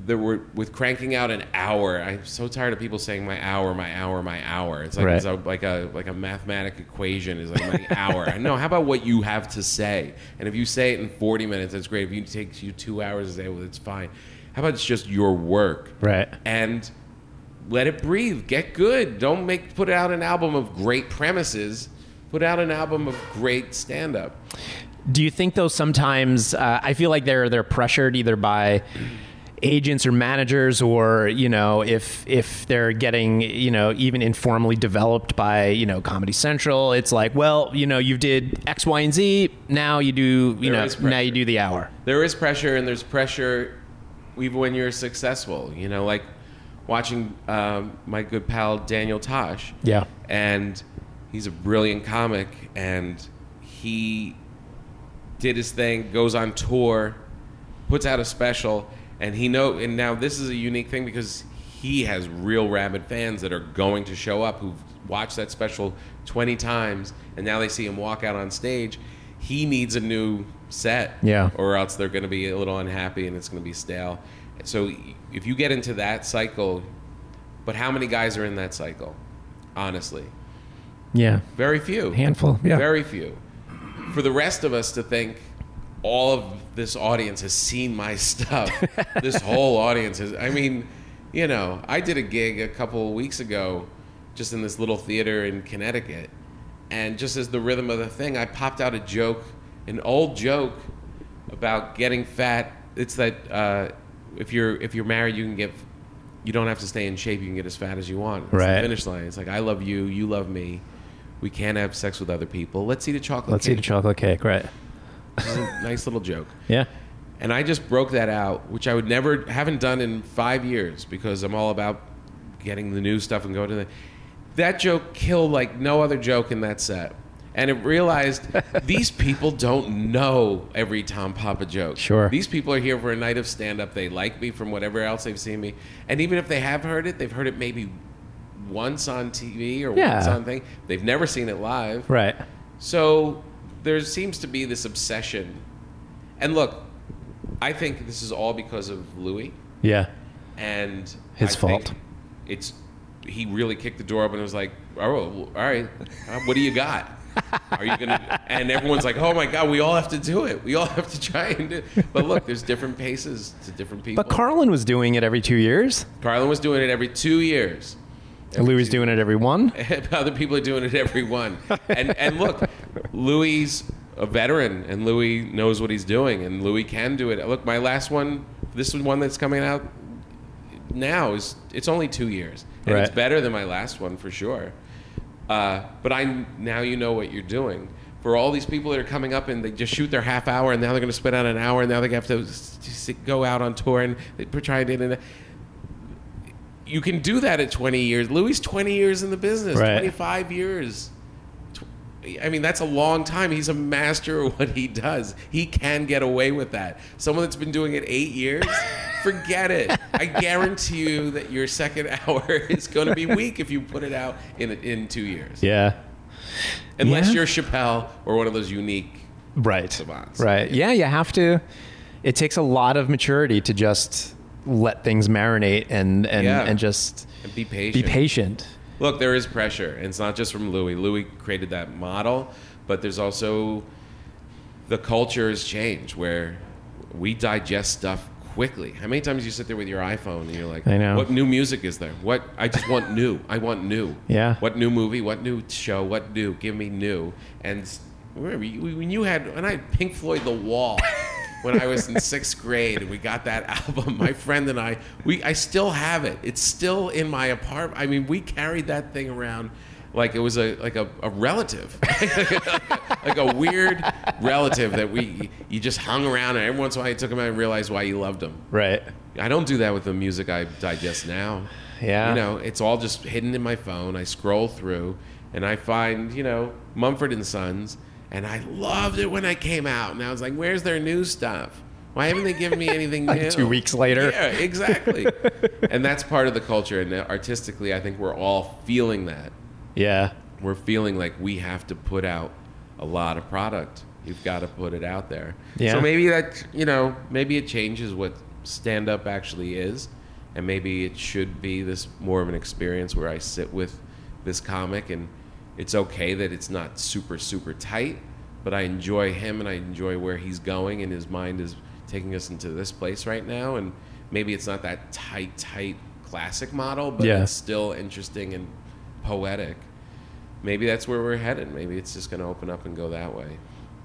[SPEAKER 3] there were with cranking out an hour. I'm so tired of people saying my hour, my hour, my hour. It's like
[SPEAKER 2] Right.
[SPEAKER 3] it's a, like a like a mathematic equation is like my hour. No, how about what you have to say? And if you say it in 40 minutes, that's great. If you- it takes you two hours to say, well, it's fine. How about it's just your work?
[SPEAKER 2] Right.
[SPEAKER 3] and let it breathe. Get good. Don't make put out an album of great premises. Put out an album of great stand up.
[SPEAKER 4] Do you think though sometimes uh, I feel like they're they're pressured either by agents or managers or you know if if they're getting you know even informally developed by you know Comedy Central it's like well you know you did X Y and Z now you do you
[SPEAKER 3] There
[SPEAKER 4] know
[SPEAKER 3] is pressure.
[SPEAKER 4] now you do the hour
[SPEAKER 3] there is pressure and there's pressure even when you're successful you know like watching um, my good pal daniel tosh
[SPEAKER 4] Yeah.
[SPEAKER 3] and he's a brilliant comic and he did his thing goes on tour puts out a special and he know and now this is a unique thing because he has real rabid fans that are going to show up who've watched that special 20 times and now they see him walk out on stage he needs a new set
[SPEAKER 4] Yeah.
[SPEAKER 3] or else they're going to be a little unhappy and it's going to be stale. So if you get into that cycle, but how many guys are in that cycle? Honestly,
[SPEAKER 4] yeah
[SPEAKER 3] very few.
[SPEAKER 4] handful yeah
[SPEAKER 3] Very few. For the rest of us to think all of this audience has seen my stuff. this whole audience has I mean, you know, I did a gig a couple of weeks ago just in this little theater in Connecticut. And just as the rhythm of the thing, I popped out a joke, an old joke about getting fat. It's that uh, if you're if you're married, you can get you don't have to stay in shape. You can get as fat as you want. It's the
[SPEAKER 4] Right.
[SPEAKER 3] finish line. It's like I love you, you love me. We can't have sex with other people. Let's eat a chocolate.
[SPEAKER 4] let's eat a chocolate cake right
[SPEAKER 3] chocolate. nice little joke.
[SPEAKER 4] yeah
[SPEAKER 3] And I just broke that out, which I would never haven't done in five years because I'm all about getting the new stuff and going to the. That joke killed like no other joke in that set, and it realized these people don't know every Tom Papa joke.
[SPEAKER 4] Sure.
[SPEAKER 3] these people are here for a night of stand up. They like me from whatever else they've seen me, and even if they have heard it, they've heard it maybe once on TV or once
[SPEAKER 4] Yeah.
[SPEAKER 3] on thing. They've never seen it live.
[SPEAKER 4] right
[SPEAKER 3] So there seems to be this obsession. And look, I think this is all because of Louis
[SPEAKER 4] yeah
[SPEAKER 3] and
[SPEAKER 4] His
[SPEAKER 3] I think
[SPEAKER 4] fault.
[SPEAKER 3] It's he really kicked the door open and was like, "Oh, well, all right, uh, what do you got? Are you gonna?" And everyone's like, "Oh my God, we all have to do it. We all have to try and do." It. But look, there's different paces to different people.
[SPEAKER 4] but Carlin was doing it every two years
[SPEAKER 3] Carlin was doing it every two years.
[SPEAKER 4] and Louis doing it every one
[SPEAKER 3] other people are doing it every one and and look louis a veteran and louis knows what he's doing and louis can do it look my last one this is one that's coming out now is it's only two years and it's
[SPEAKER 4] Right.
[SPEAKER 3] better than my last one for sure uh, but i now you know what you're doing for all these people that are coming up and they just shoot their half hour and now they're going to spit out an hour and now they have to s- s- go out on tour and they try it in and you can do that at 20 years. Louis 20 years in the business,
[SPEAKER 4] Right.
[SPEAKER 3] 25 years. Tw- I mean, that's a long time. He's a master of what he does. He can get away with that. Someone that's been doing it eight years, forget it. I guarantee you that your second hour is going to be weak if you put it out in in two years,
[SPEAKER 4] yeah
[SPEAKER 3] unless
[SPEAKER 4] Yeah.
[SPEAKER 3] you're Chappelle or one of those unique.
[SPEAKER 4] right
[SPEAKER 3] Savants.
[SPEAKER 4] right yeah you have to it takes a lot of maturity to just let things marinate and and
[SPEAKER 3] Yeah.
[SPEAKER 4] and just
[SPEAKER 3] And be patient.
[SPEAKER 4] be patient
[SPEAKER 3] Look, there is pressure, and it's not just from Louis. Louis created that model, but there's also the culture has changed where we digest stuff quickly. How many times you sit there with your iPhone and you're like,
[SPEAKER 4] I know.
[SPEAKER 3] What new music is there? What I just want new. I want new.
[SPEAKER 4] Yeah.
[SPEAKER 3] What new movie? What new show? What new? Give me new. And s- remember you- when you had when I had Pink Floyd The Wall. When I was in sixth grade and we got that album, my friend and I, we I still have it. It's still in my apartment. I mean, we carried that thing around like it was a like a, a relative, like a weird relative that we you just hung around and every once in a while you took him out and realized why you loved him.
[SPEAKER 4] right
[SPEAKER 3] I don't do that with the music I digest now.
[SPEAKER 4] Yeah.
[SPEAKER 3] you know, it's all just hidden in my phone. I scroll through and I find you know Mumford and Sons, and I loved it when I came out. And I was like, where's their new stuff? Why haven't they given me anything
[SPEAKER 4] Like
[SPEAKER 3] new?
[SPEAKER 4] two weeks later.
[SPEAKER 3] Yeah, exactly. and that's part of the culture. And artistically, I think we're all feeling that
[SPEAKER 4] yeah
[SPEAKER 3] we're feeling like we have to put out a lot of product. You've got to put it out there.
[SPEAKER 4] Yeah.
[SPEAKER 3] So maybe that you know, maybe it changes what stand up actually is, and maybe it should be this more of an experience where I sit with this comic and it's okay that it's not super super tight, but I enjoy him and I enjoy where he's going and his mind is taking us into this place right now and maybe it's not that tight tight classic model, but
[SPEAKER 4] Yeah.
[SPEAKER 3] it's still interesting and poetic maybe that's where we're headed. Maybe it's just going to open up and go that way.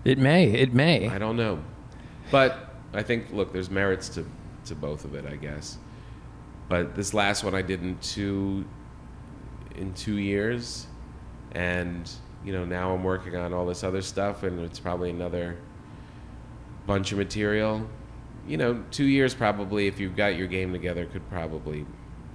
[SPEAKER 2] It may. It may.
[SPEAKER 3] I don't know, but I think look, there's merits to to both of it, I guess. But this last one I did in two in two years, and you know now I'm working on all this other stuff, and it's probably another bunch of material. You know, two years probably if you've got your game together could probably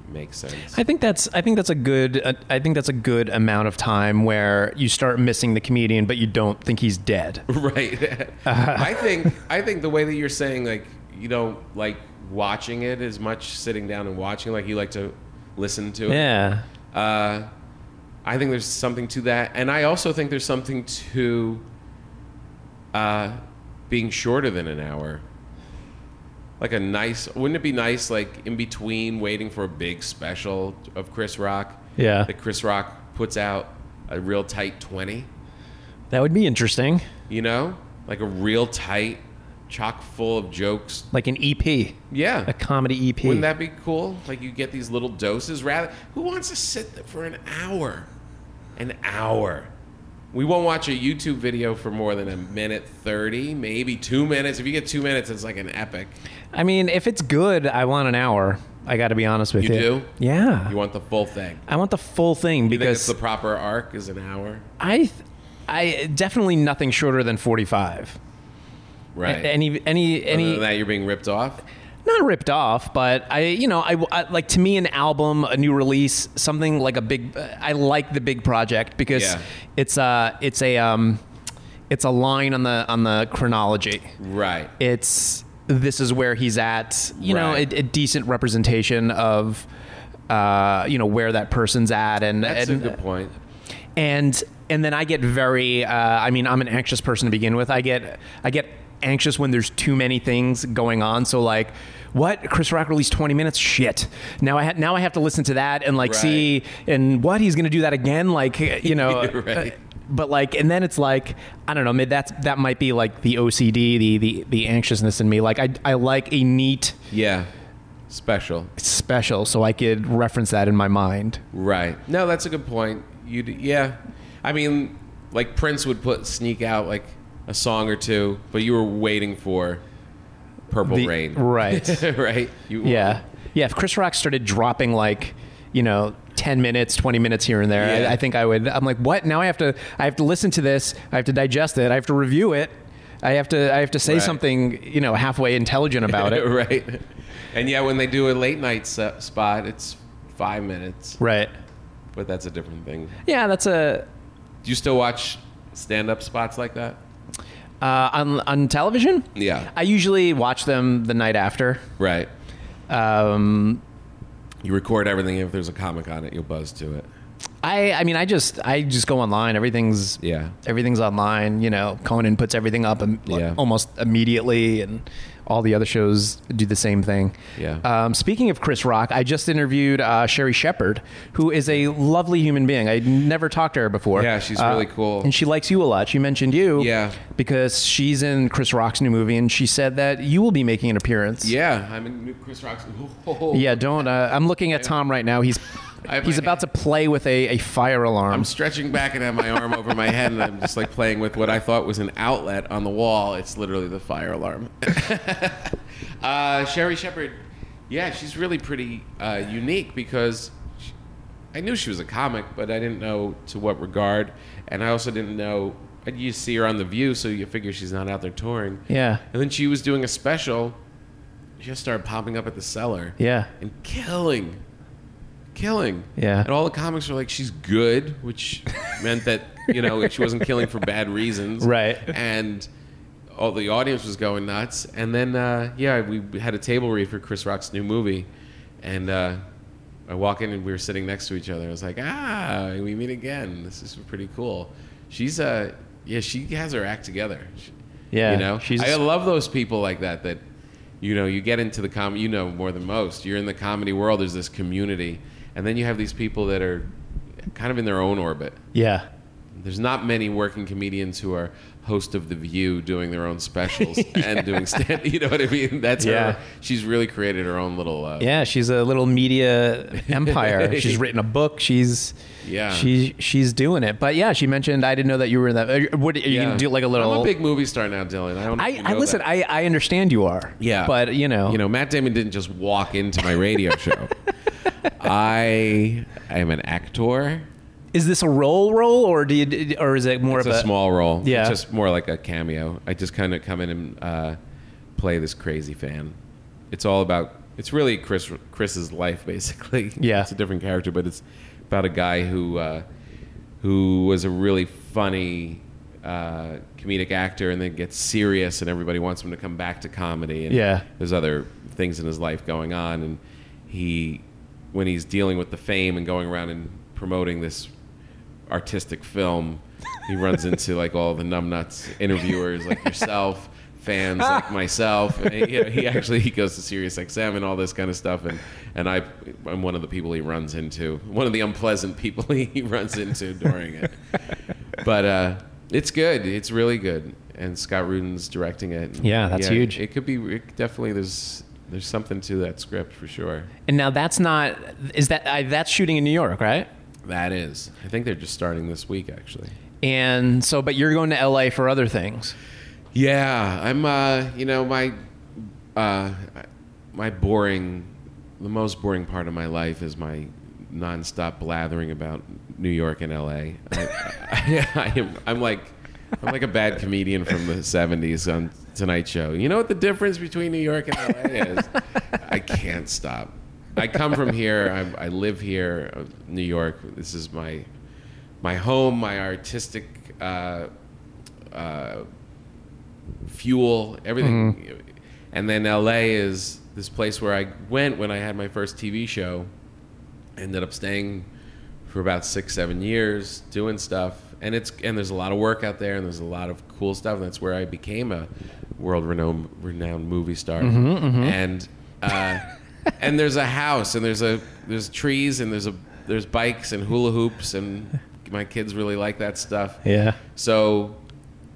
[SPEAKER 3] make sense.
[SPEAKER 2] I think that's I think that's a good uh, I think that's a good amount of time where you start missing the comedian, but you don't think he's dead.
[SPEAKER 3] right. I think I think the way that you're saying like you don't like watching it as much, sitting down and watching like you like to listen to it.
[SPEAKER 2] Yeah.
[SPEAKER 3] Uh, I think there's something to that, and I also think there's something to uh, being shorter than an hour. Like a nice, wouldn't it be nice, like in between waiting for a big special of Chris Rock?
[SPEAKER 2] Yeah.
[SPEAKER 3] That Chris Rock puts out a real tight 20,
[SPEAKER 2] That would be interesting.
[SPEAKER 3] you know? Like a real tight, chock full of jokes.
[SPEAKER 2] Like an EP,
[SPEAKER 3] Yeah.
[SPEAKER 2] a comedy E EP.
[SPEAKER 3] Wouldn't that be cool? Like you get these little doses. Rather, who wants to sit there for an hour? An hour. We won't watch a YouTube video for more than a minute thirty, maybe two minutes. If you get two minutes, it's like an epic.
[SPEAKER 2] I mean, if it's good, I want an hour. I got to be honest with
[SPEAKER 3] You
[SPEAKER 2] you.
[SPEAKER 3] do?
[SPEAKER 2] Yeah.
[SPEAKER 3] You want the full thing.
[SPEAKER 2] I want the full thing
[SPEAKER 3] You think it's
[SPEAKER 2] because
[SPEAKER 3] the proper arc is an hour,
[SPEAKER 2] I, th- I definitely nothing shorter than forty-five.
[SPEAKER 3] right?
[SPEAKER 2] Any any
[SPEAKER 3] Other
[SPEAKER 2] any
[SPEAKER 3] than that, you're being ripped off.
[SPEAKER 2] not ripped off, but I, you know, I, I- like to me an album, a new release, something like a big. I like the big project because
[SPEAKER 3] Yeah.
[SPEAKER 2] it's a it's a um, it's a line on the on the chronology.
[SPEAKER 3] Right.
[SPEAKER 2] It's this is where he's at. You know,
[SPEAKER 3] Right.
[SPEAKER 2] a, a decent representation of. Uh, you know where that person's at, and
[SPEAKER 3] That's
[SPEAKER 2] and,
[SPEAKER 3] a good point.
[SPEAKER 2] and and then I get very uh, I mean I'm an anxious person to begin with. I get I get anxious when there's too many things going on. So like what Chris Rock released 20 minutes shit. Now I ha- now I have to listen to that and like
[SPEAKER 3] Right.
[SPEAKER 2] see and what he's going to do that again like you know uh,
[SPEAKER 3] Right.
[SPEAKER 2] but like and then it's like I don't know maybe that's that might be like the OCD the the the anxiousness in me like I I like a neat
[SPEAKER 3] Yeah. Special.
[SPEAKER 2] special so I could reference that in my mind.
[SPEAKER 3] Right. No, that's a good point. You would yeah. I mean, like Prince would put sneak out like a song or two, but you were waiting for Purple
[SPEAKER 2] The-
[SPEAKER 3] Rain.
[SPEAKER 2] Right.
[SPEAKER 3] right? You
[SPEAKER 2] Yeah. Yeah. If Chris Rock started dropping like, you know, 10 minutes, 20 minutes here and there,
[SPEAKER 3] Yeah.
[SPEAKER 2] I, I think I would, I'm like, what? Now I have to, I have to listen to this. I have to digest it. I have to review it. I have to, I have to say
[SPEAKER 3] Right.
[SPEAKER 2] something, you know, halfway intelligent about it.
[SPEAKER 3] right. And yeah, when they do a late night se- spot, it's 5 minutes.
[SPEAKER 2] right.
[SPEAKER 3] But that's a different thing.
[SPEAKER 2] Yeah. That's a,
[SPEAKER 3] Do you still watch stand-up spots like that?
[SPEAKER 2] uh, on, on television.
[SPEAKER 3] Yeah.
[SPEAKER 2] I usually watch them the night after.
[SPEAKER 3] Right.
[SPEAKER 2] Um,
[SPEAKER 3] You record everything if there's a comic on it, you'll buzz to it.
[SPEAKER 2] I, I mean, I just, I just go online. Everything's,
[SPEAKER 3] Yeah.
[SPEAKER 2] everything's online. You know, Conan puts everything up um, like,
[SPEAKER 3] Yeah.
[SPEAKER 2] almost immediately, and all the other shows do the same thing.
[SPEAKER 3] Yeah.
[SPEAKER 2] Um, speaking of Chris Rock, I just interviewed uh, Sherry Shepard, who is a lovely human being. I never talked to her before.
[SPEAKER 3] Yeah, she's
[SPEAKER 2] Uh,
[SPEAKER 3] really cool.
[SPEAKER 2] and she likes you a lot. She mentioned you.
[SPEAKER 3] Yeah.
[SPEAKER 2] Because she's in Chris Rock's new movie, and she said that you will be making an appearance.
[SPEAKER 3] Yeah, I'm in New Chris Rock's.
[SPEAKER 2] Yeah. Don't. Uh, I'm looking at Tom right now. He's
[SPEAKER 3] I have
[SPEAKER 2] he's
[SPEAKER 3] my-
[SPEAKER 2] about to play with a, a fire alarm.
[SPEAKER 3] I'm stretching back and have my arm over my head, and I'm just like playing with what I thought was an outlet on the wall. It's literally the fire alarm. uh, Sherry Shepard, yeah, she's really pretty uh, unique because she, I knew she was a comic, but I didn't know to what regard, and I also didn't know. and You see her on The View, so you figure she's not out there touring.
[SPEAKER 2] yeah.
[SPEAKER 3] And then she was doing a special. She just started popping up at the cellar
[SPEAKER 2] Yeah.
[SPEAKER 3] and killing, killing.
[SPEAKER 2] Yeah.
[SPEAKER 3] And all the comics were like, "She's good," which meant that you know she wasn't killing for bad reasons,
[SPEAKER 2] Right.
[SPEAKER 3] And all the audience was going nuts. And then uh, yeah, we had a table read for Chris Rock's new movie, and uh, I walk in and we were sitting next to each other. I was like, "Ah, we meet again. This is pretty cool." She's uh, yeah, she has her act together. She-
[SPEAKER 2] Yeah,
[SPEAKER 3] you know,
[SPEAKER 2] she's-
[SPEAKER 3] I love those people like that. That you know, you get into the com. You know more than most. You're in the comedy world. There's this community, and then you have these people that are kind of in their own orbit.
[SPEAKER 2] Yeah.
[SPEAKER 3] there's not many working comedians who are host of the View doing their own specials and doing stand. You know what I mean? That's
[SPEAKER 2] Yeah.
[SPEAKER 3] her. She's really created her own little. Uh,
[SPEAKER 2] Yeah, she's a little media empire. she's written a book. She's
[SPEAKER 3] Yeah.
[SPEAKER 2] She's she's doing it. But yeah, she mentioned I didn't know that you were in that. Are you- What are you
[SPEAKER 3] yeah.
[SPEAKER 2] gonna do? Like a little.
[SPEAKER 3] I'm a big movie star now, Dylan. I don't. know
[SPEAKER 2] I,
[SPEAKER 3] if you
[SPEAKER 2] I
[SPEAKER 3] know
[SPEAKER 2] listen.
[SPEAKER 3] that.
[SPEAKER 2] I, I understand you are.
[SPEAKER 3] Yeah.
[SPEAKER 2] But you know.
[SPEAKER 3] You know, Matt Damon didn't just walk into my radio show. I am an actor.
[SPEAKER 2] Is this a role role or do you or is it more
[SPEAKER 3] It's
[SPEAKER 2] of
[SPEAKER 3] a small role.
[SPEAKER 2] Yeah.
[SPEAKER 3] It's just more like a cameo. I just kind of come in and uh, play this crazy fan. It's all about. It's really Chris Chris's life, basically.
[SPEAKER 2] Yeah.
[SPEAKER 3] It's a different character, but it's about a guy who uh, who was a really funny uh, comedic actor, and then gets serious, and everybody wants him to come back to comedy. And
[SPEAKER 2] Yeah.
[SPEAKER 3] There's other things in his life going on, and he, when he's dealing with the fame and going around and promoting this artistic film. He runs into like all the numbnuts interviewers, like yourself, fans like myself. And, you know, he actually he goes to Sirius XM and all this kind of stuff, and and I I'm one of the people he runs into, one of the unpleasant people he, he runs into during it. But uh, it's good. It's really good, and Scott Rudin's directing it.
[SPEAKER 2] Yeah, that's huge.
[SPEAKER 3] It could be it definitely there's there's something to that script for sure.
[SPEAKER 2] And now that's not is that I, that's shooting in New York, right?
[SPEAKER 3] That is. I think they're just starting this week actually.
[SPEAKER 2] And so, but you're going to LA for other things.
[SPEAKER 3] Yeah, I'm. Uh, you know, my uh, my boring, the most boring part of my life is my nonstop blathering about New York and L.A. I, I, I am. I'm like. I'm like a bad comedian from the 70s on Tonight Show. You know what the difference between New York and LA is? I can't stop. I come from here. I, I live here, uh, New York. This is my my home, my artistic uh, fuel, everything. And then LA is this place where I went when I had my first TV show. Ended up staying for about six, seven years doing stuff. And it's and there's a lot of work out there, and there's a lot of cool stuff. And that's where I became a world renowned renowned movie star. And uh, and there's a house, and there's a there's trees, and there's a there's bikes and hula hoops, and my kids really like that stuff.
[SPEAKER 2] Yeah.
[SPEAKER 3] So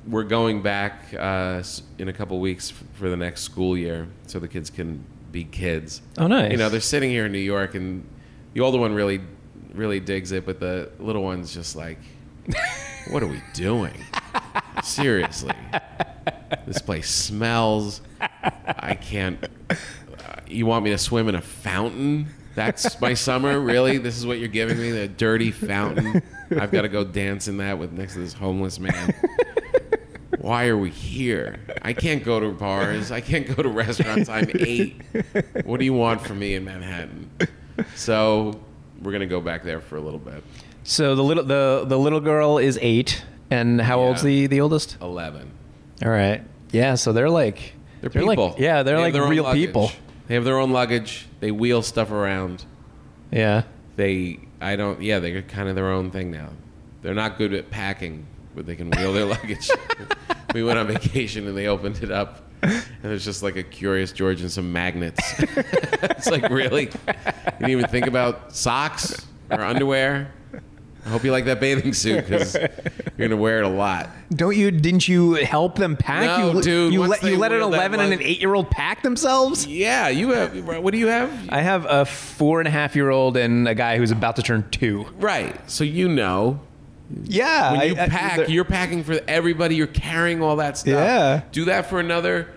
[SPEAKER 3] we're going back uh, s- in a couple weeks f- for the next school year, so the kids can be kids.
[SPEAKER 2] Oh, nice.
[SPEAKER 3] You know, they're sitting here in New York, and the older one really, really digs it, but the little one's just like, "What are we doing? Seriously, this place smells. I can't. Uh, you want me to swim in a fountain? That's my summer, really. This is what you're giving me—the dirty fountain. I've got to go dance in that with next to this homeless man." why are we here? I can't go to bars. I can't go to restaurants. I'm eight. What do you want from me in Manhattan? So we're gonna go back there for a little bit.
[SPEAKER 2] So the little the the little girl is eight, and how old's the
[SPEAKER 3] Yeah.
[SPEAKER 2] the oldest?
[SPEAKER 3] Eleven.
[SPEAKER 2] All right. Yeah. So they're like
[SPEAKER 3] They're, people.
[SPEAKER 2] Like, yeah, they're
[SPEAKER 3] They have
[SPEAKER 2] like
[SPEAKER 3] their own
[SPEAKER 2] real
[SPEAKER 3] luggage.
[SPEAKER 2] people.
[SPEAKER 3] They have their own luggage. They wheel stuff around.
[SPEAKER 2] Yeah.
[SPEAKER 3] They, I don't. Yeah, they're kind of their own thing now. They're not good at packing, but they can wheel their luggage. We went on vacation and they opened it up, and there's just like a curious George and some magnets. it's like really, you didn't even think about socks or underwear. I hope you like that bathing suit because you're gonna wear it a lot.
[SPEAKER 2] Don't you? Didn't you help them pack?
[SPEAKER 3] No,
[SPEAKER 2] you,
[SPEAKER 3] dude,
[SPEAKER 2] You
[SPEAKER 3] once
[SPEAKER 2] let you
[SPEAKER 3] they
[SPEAKER 2] let an
[SPEAKER 3] wheel that
[SPEAKER 2] eleven and an
[SPEAKER 3] lug-
[SPEAKER 2] eight year old pack themselves.
[SPEAKER 3] Yeah, you have. What do you have?
[SPEAKER 2] I have a four and a half year old and a guy who's about to turn two.
[SPEAKER 3] Right. So you know
[SPEAKER 2] Yeah.
[SPEAKER 3] When you pack, you're packing for everybody. You're carrying all that stuff.
[SPEAKER 2] Yeah.
[SPEAKER 3] Do that for another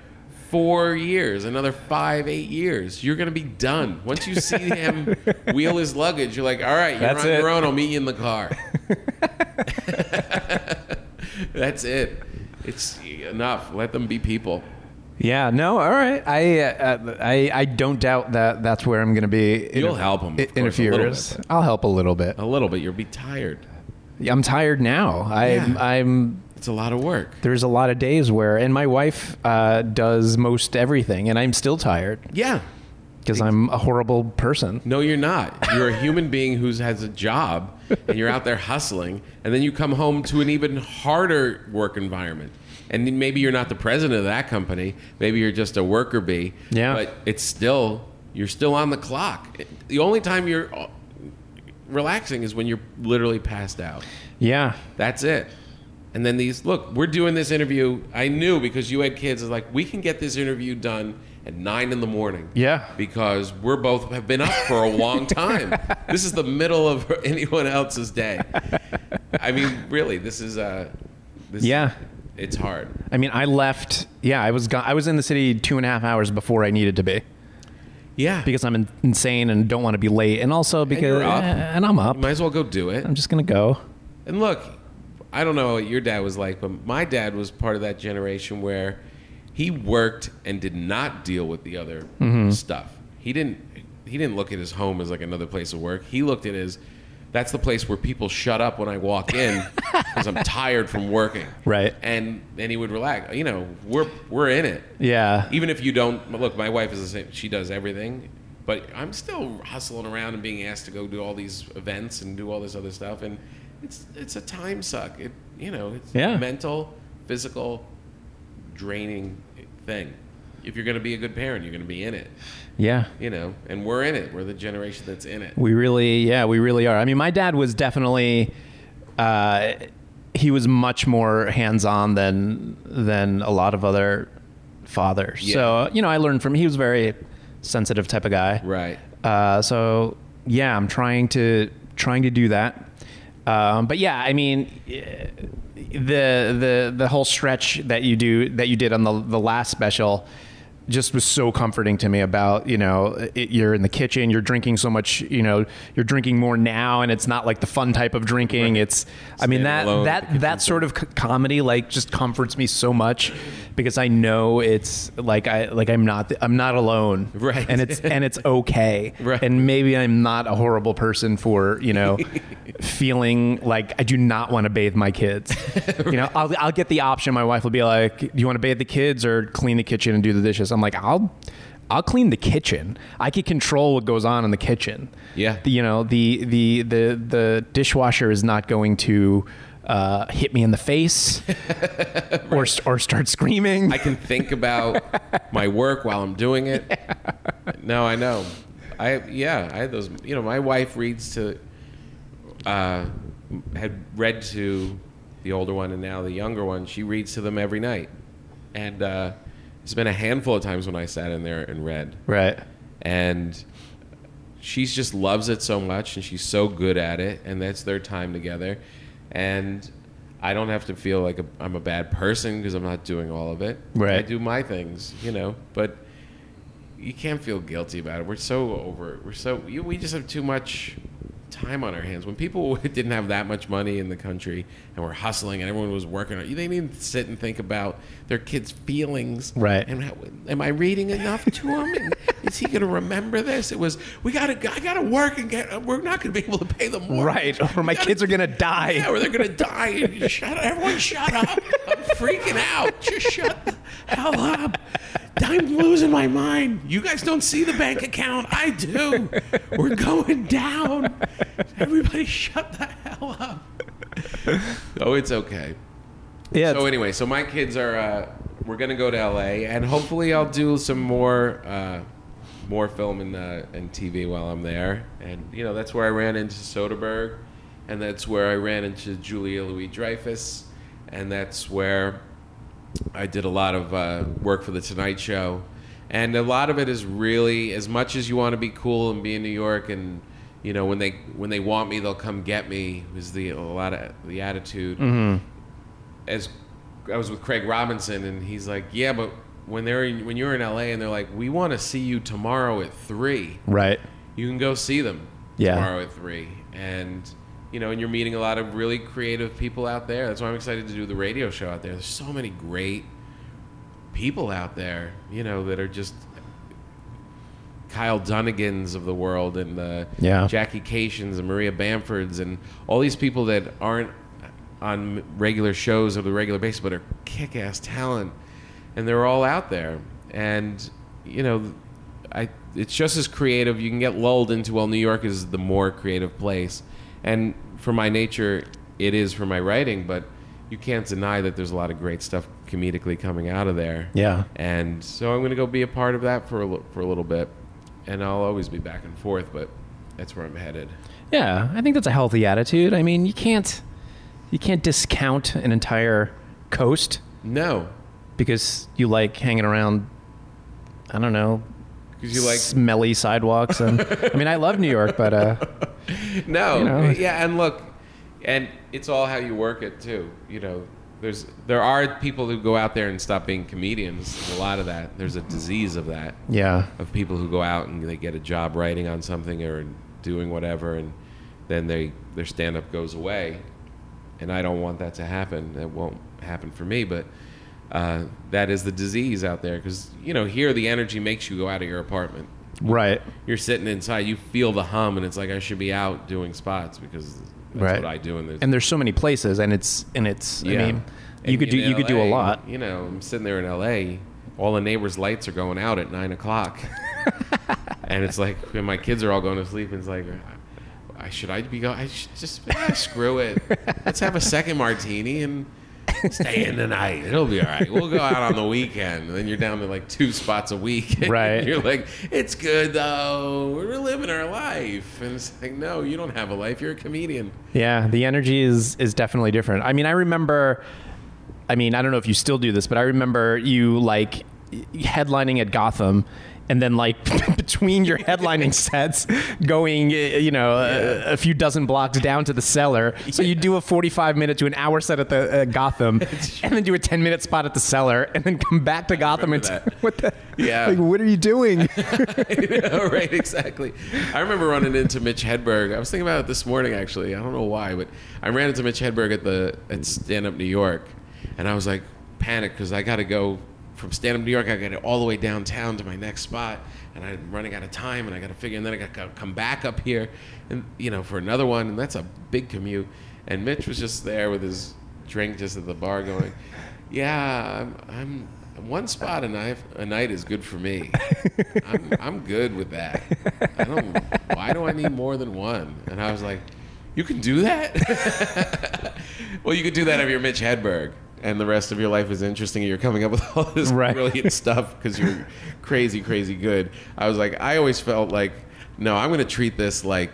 [SPEAKER 3] four years, another five, eight years. You're gonna be done. Once you see him wheel his luggage, you're like, all right, you're
[SPEAKER 2] That's
[SPEAKER 3] on your
[SPEAKER 2] it.
[SPEAKER 3] own. I'll meet you in the car. That's it. It's enough. Let them be people.
[SPEAKER 2] Yeah, no, all right. I uh, I I don't doubt that that's where I'm going to be. In
[SPEAKER 3] You'll help 'em, of
[SPEAKER 2] in a
[SPEAKER 3] course, a
[SPEAKER 2] few
[SPEAKER 3] little
[SPEAKER 2] years.
[SPEAKER 3] bit,
[SPEAKER 2] I'll help a little bit.
[SPEAKER 3] A little bit. You'll be tired.
[SPEAKER 2] I'm tired now. I'm
[SPEAKER 3] Yeah.
[SPEAKER 2] I'm
[SPEAKER 3] It's a lot of work.
[SPEAKER 2] there's a lot of days where and my wife uh, does most everything and I'm still tired
[SPEAKER 3] Yeah.
[SPEAKER 2] because I'm a horrible person.
[SPEAKER 3] No, you're not. You're a human being who has a job and you're out there hustling, and then you come home to an even harder work environment. And then maybe you're not the president of that company. Maybe you're just a worker bee.
[SPEAKER 2] Yeah.
[SPEAKER 3] But it's still, you're still on the clock. The only time you're uh, relaxing is when you're literally passed out.
[SPEAKER 2] Yeah.
[SPEAKER 3] That's it. And then these look, we're doing this interview. I knew because you had kids. Is like we can get this interview done at nine in the morning.
[SPEAKER 2] Yeah.
[SPEAKER 3] because we're both have been up for a long time. this is the middle of anyone else's day. I mean, really, this is uh, this,
[SPEAKER 2] Yeah.
[SPEAKER 3] it's hard.
[SPEAKER 2] I mean, I left. Yeah, I was gone. I was in the city two and a half hours before I needed to be
[SPEAKER 3] Yeah,
[SPEAKER 2] because I'm in- insane and don't want to be late, and also because
[SPEAKER 3] you're up.
[SPEAKER 2] eh, and I'm up.
[SPEAKER 3] you might as well go do it.
[SPEAKER 2] I'm just gonna go.
[SPEAKER 3] And look, I don't know what your dad was like, but my dad was part of that generation where he worked and did not deal with the other
[SPEAKER 2] Mm-hmm.
[SPEAKER 3] stuff. He didn't he didn't look at his home as like another place of work. He looked at his that's the place where people shut up when I walk in because I'm tired from working.
[SPEAKER 2] Right.
[SPEAKER 3] And and he would relax. You know, we're we're in it.
[SPEAKER 2] Yeah.
[SPEAKER 3] Even if you don't look, my wife is the same. She does everything, but I'm still hustling around and being asked to go do all these events and do all this other stuff, and it's it's a time suck. It you know it's
[SPEAKER 2] Yeah.
[SPEAKER 3] a mental, physical, draining thing. If you're going to be a good parent, you're going to be in it.
[SPEAKER 2] Yeah.
[SPEAKER 3] You know, and we're in it. We're the generation that's in it.
[SPEAKER 2] We really, yeah, we really are. I mean, my dad was definitely, uh, he was much more hands-on than than a lot of other fathers.
[SPEAKER 3] Yeah.
[SPEAKER 2] So you know, I learned from. He was a very sensitive type of guy.
[SPEAKER 3] Right.
[SPEAKER 2] Uh, so yeah, I'm trying to trying to do that. Um, but yeah, I mean, eh, the the the whole stretch that you do that you did on the the last special just was so comforting to me about you know it, you're in the kitchen you're drinking so much you know you're drinking more now and it's not like the fun type of drinking it's i mean
[SPEAKER 3] Standing
[SPEAKER 2] that
[SPEAKER 3] alone at the
[SPEAKER 2] that
[SPEAKER 3] kitchen
[SPEAKER 2] that sort of c- comedy like just comforts me so much because i know it's like i like i'm not i'm not alone
[SPEAKER 3] Right.
[SPEAKER 2] and it's and it's okay.
[SPEAKER 3] Right.
[SPEAKER 2] And maybe I'm not a horrible person for, you know, feeling like I do not want to bathe my kids. You know, I'll, I'll get the option. My wife will be like, do you want to bathe the kids or clean the kitchen and do the dishes? I'm like, I'll, I'll clean the kitchen. I can control what goes on in the kitchen.
[SPEAKER 3] Yeah.
[SPEAKER 2] The- you know, the, the, the, the dishwasher is not going to, uh, hit me in the face or, st- or start screaming.
[SPEAKER 3] I can think about my work while I'm doing it. No, I know. I yeah, I had those. You know, my wife reads to, uh, had read to the older one and now the younger one. She reads to them every night, and uh, it's been a handful of times when I sat in there and read
[SPEAKER 2] right.
[SPEAKER 3] and she's just loves it so much and she's so good at it and that's their time together and i don't have to feel like a, i'm a bad person because i'm not doing all of it
[SPEAKER 2] Right.
[SPEAKER 3] i do my things you know but you can't feel guilty about it we're so over it. we're so you, we just have too much time on our hands when people didn't have that much money in the country and were hustling and everyone was working they didn't even sit and think about their kids feelings
[SPEAKER 2] Right.
[SPEAKER 3] and am I- am I reading enough to him? And is he going to remember this? It was we got to I got to work and get. We're not going to be able to pay the mortgage.
[SPEAKER 2] Right. Or my
[SPEAKER 3] We gotta-
[SPEAKER 2] kids are going to die.
[SPEAKER 3] Yeah, or they're going to die. shut up! Everyone, shut up! I'm freaking out. Just shut the hell up. I'm losing my mind. You guys don't see the bank account. I do. We're going down. Everybody, shut the hell up. Oh, it's okay.
[SPEAKER 2] Yeah.
[SPEAKER 3] So anyway, so my kids are uh, we're gonna go to LA, and hopefully I'll do some more uh, more film and uh, and TV while I'm there. And you know that's where I ran into Soderbergh, and that's where I ran into Julia Louis Dreyfus, and that's where I did a lot of uh, work for the Tonight Show, and a lot of it is really as much as you want to be cool and be in New York, and you know when they when they want me, they'll come get me. Is the a lot of the attitude as I was with Craig Robinson, and he's like, "Yeah, but when they're in, when you're in LA, and they're like, we want to see you tomorrow at three,
[SPEAKER 2] right.
[SPEAKER 3] you can go see them
[SPEAKER 2] Yeah.
[SPEAKER 3] tomorrow at three, and you know, and you're meeting a lot of really creative people out there. That's why I'm excited to do the radio show out there. There's so many great people out there, you know, that are just Kyle Dunnigans of the world and the
[SPEAKER 2] Yeah.
[SPEAKER 3] Jackie Cations and Maria Bamfords and all these people that aren't on regular shows on a regular basis but are kick ass talent. And they're all out there. And, you know, I, it's just as creative. You can get lulled into, well, New York is the more creative place. And for my nature, it is for my writing, but you can't deny that there's a lot of great stuff comedically coming out of there
[SPEAKER 2] Yeah.
[SPEAKER 3] and so I'm going to go be a part of that for a, li- for a little bit, and I'll always be back and forth, but that's where I'm headed.
[SPEAKER 2] Yeah, I think that's a healthy attitude. I mean, you can't you can't discount an entire coast
[SPEAKER 3] No,
[SPEAKER 2] because you like hanging around. I don't know.
[SPEAKER 3] because you like
[SPEAKER 2] smelly sidewalks, and I mean, I love New York, but uh,
[SPEAKER 3] No,
[SPEAKER 2] You know?
[SPEAKER 3] yeah, and look, and it's all how you work it too. You know, there's there are people who go out there and stop being comedians. There's a lot of that. There's a disease of that
[SPEAKER 2] yeah,
[SPEAKER 3] of people who go out and they get a job writing on something or doing whatever, and then they their stand up goes away. And I don't want that to happen. That won't happen for me, but. Uh, that is the disease out there because you know here the energy makes you go out of your apartment
[SPEAKER 2] right.
[SPEAKER 3] you're sitting inside, you feel the hum, and it's like I should be out doing spots because that's
[SPEAKER 2] Right.
[SPEAKER 3] what I do. And there's,
[SPEAKER 2] And there's so many places, and it's and it's. I mean, you
[SPEAKER 3] And
[SPEAKER 2] could do
[SPEAKER 3] in
[SPEAKER 2] you could do a
[SPEAKER 3] LA,
[SPEAKER 2] lot.
[SPEAKER 3] You know, I'm sitting there in L.A. All the neighbors' lights are going out at nine o'clock, and it's like and my kids are all going to sleep, and it's like. I should I be going? I should just ah, screw it. Let's have a second martini and stay in the night. It'll be all right. We'll go out on the weekend. And then you're down to like two spots a week.
[SPEAKER 2] Right.
[SPEAKER 3] you're like, it's good though. We're living our life. And it's like, no, you don't have a life. You're a comedian.
[SPEAKER 2] Yeah, the energy is is definitely different. I mean, I remember I mean, I don't know if you still do this, but I remember you like headlining at Gotham and then like between your headlining sets going uh, you know a, a few dozen blocks down to the cellar so you do a 45 minute to an hour set at the uh, gotham and then do a 10 minute spot at the cellar and then come back to gotham and
[SPEAKER 3] remember that.
[SPEAKER 2] what the
[SPEAKER 3] Yeah.
[SPEAKER 2] like what are you doing
[SPEAKER 3] Yeah, right, exactly. I remember running into Mitch Hedberg. I was thinking about it this morning, actually. I don't know why, but I ran into Mitch Hedberg at the at Stand Up New York, and I was like panicked because I got to go from Stand Up New York. I got to all the way downtown to my next spot, and I'm running out of time, and I got to figure, and then I got to come back up here, and you know for another one, and that's a big commute. And Mitch was just there with his drink just at the bar, going, "Yeah, I'm." I'm one spot a night, a night is good for me. I'm, I'm good with that. I don't. Why do I need more than one? And I was like, you can do that. well, you could do that if you're Mitch Hedberg, and the rest of your life is interesting, and you're coming up with all this
[SPEAKER 2] Right.
[SPEAKER 3] brilliant stuff because you're crazy, crazy good. I was like, I always felt like, no, I'm going to treat this like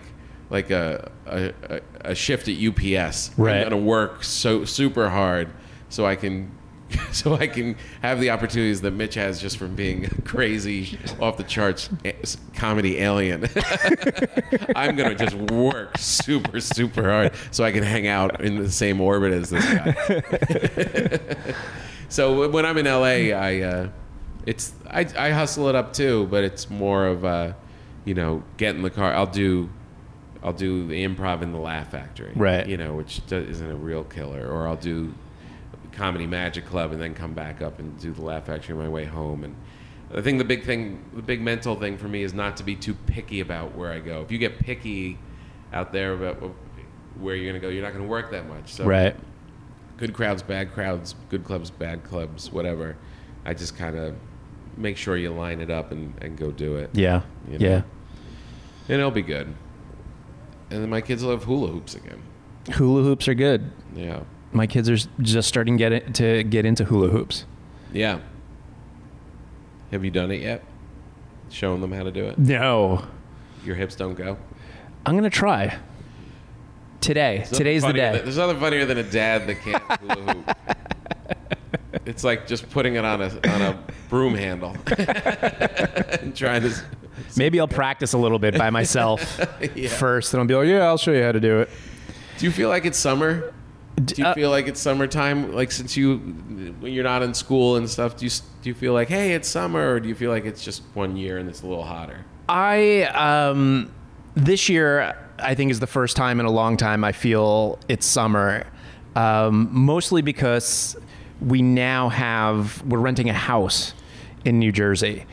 [SPEAKER 3] like a a, a, a shift at UPS.
[SPEAKER 2] Right.
[SPEAKER 3] I'm going to work so super hard so I can so I can have the opportunities that Mitch has just from being a crazy off the charts a- s- comedy alien. I'm going to just work super super hard so I can hang out in the same orbit as this guy. so w- when I'm in LA, I uh, it's I, I hustle it up too, but it's more of uh, you know, get in the car. I'll do I'll do the improv in the Laugh Factory,
[SPEAKER 2] Right.
[SPEAKER 3] You know, which do, isn't a real killer, or I'll do Comedy Magic Club and then come back up and do the Laugh Factory on my way home. And I think the big thing, the big mental thing for me is not to be too picky about where I go. If you get picky out there about wh- where you're going to go, you're not going to work that much. So
[SPEAKER 2] right
[SPEAKER 3] good crowds, bad crowds, good clubs, bad clubs, whatever. I just kind of make sure you line it up and, and go do it.
[SPEAKER 2] yeah
[SPEAKER 3] You know.
[SPEAKER 2] yeah
[SPEAKER 3] And it'll be good. And then my kids will have hula hoops again.
[SPEAKER 2] hula hoops are good
[SPEAKER 3] Yeah.
[SPEAKER 2] my kids are s- just starting get it, to get into hula hoops.
[SPEAKER 3] Yeah. Have you done it yet? Showing them how to do it?
[SPEAKER 2] No,
[SPEAKER 3] Your hips don't go?
[SPEAKER 2] I'm gonna try today.
[SPEAKER 3] There's
[SPEAKER 2] Today's the
[SPEAKER 3] nothing funnier
[SPEAKER 2] day.
[SPEAKER 3] than- there's nothing funnier than a dad that can't hula hoop. It's like just putting it on a on a broom handle and trying to. s-
[SPEAKER 2] Maybe I'll practice a little bit by myself
[SPEAKER 3] Yeah.
[SPEAKER 2] first, and I'll be like, "Yeah, I'll show you how to do it."
[SPEAKER 3] Do you feel like it's summer? Do you
[SPEAKER 2] uh,
[SPEAKER 3] feel like it's summertime? Like since you when you're not in school and stuff, do you s- do you feel like hey it's summer, or do you feel like it's just one year and it's a little hotter?
[SPEAKER 2] I um, this year I think is the first time in a long time I feel it's summer, um, mostly because we now have we're renting a house in New Jersey.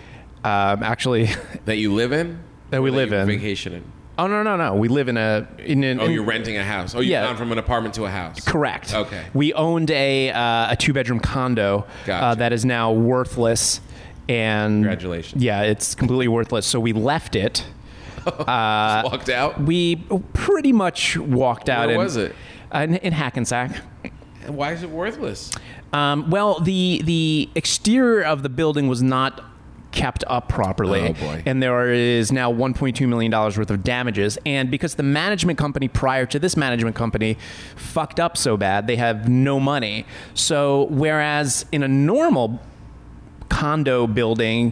[SPEAKER 2] Um, actually,
[SPEAKER 3] That you live in?
[SPEAKER 2] That we
[SPEAKER 3] Or
[SPEAKER 2] live
[SPEAKER 3] you
[SPEAKER 2] in.
[SPEAKER 3] Vacation in?
[SPEAKER 2] oh no no no, we live in a in an
[SPEAKER 3] Oh, you're renting a house. Oh, you've
[SPEAKER 2] Yeah.
[SPEAKER 3] gone from an apartment to a house.
[SPEAKER 2] Correct.
[SPEAKER 3] Okay.
[SPEAKER 2] We owned a uh, a two bedroom condo uh,
[SPEAKER 3] Gotcha.
[SPEAKER 2] that is now worthless, and
[SPEAKER 3] Congratulations.
[SPEAKER 2] Yeah, it's completely worthless. So we left it.
[SPEAKER 3] Just walked out.
[SPEAKER 2] We pretty much walked out.
[SPEAKER 3] Where
[SPEAKER 2] in-
[SPEAKER 3] was it?
[SPEAKER 2] In, in Hackensack.
[SPEAKER 3] And why is it worthless?
[SPEAKER 2] Um, well, the the exterior of the building was not kept up properly.
[SPEAKER 5] Oh, boy.
[SPEAKER 2] And there is now 1.2 million dollars worth of damages. And because the management company prior to this management company fucked up so bad, they have no money. So whereas in a normal condo building,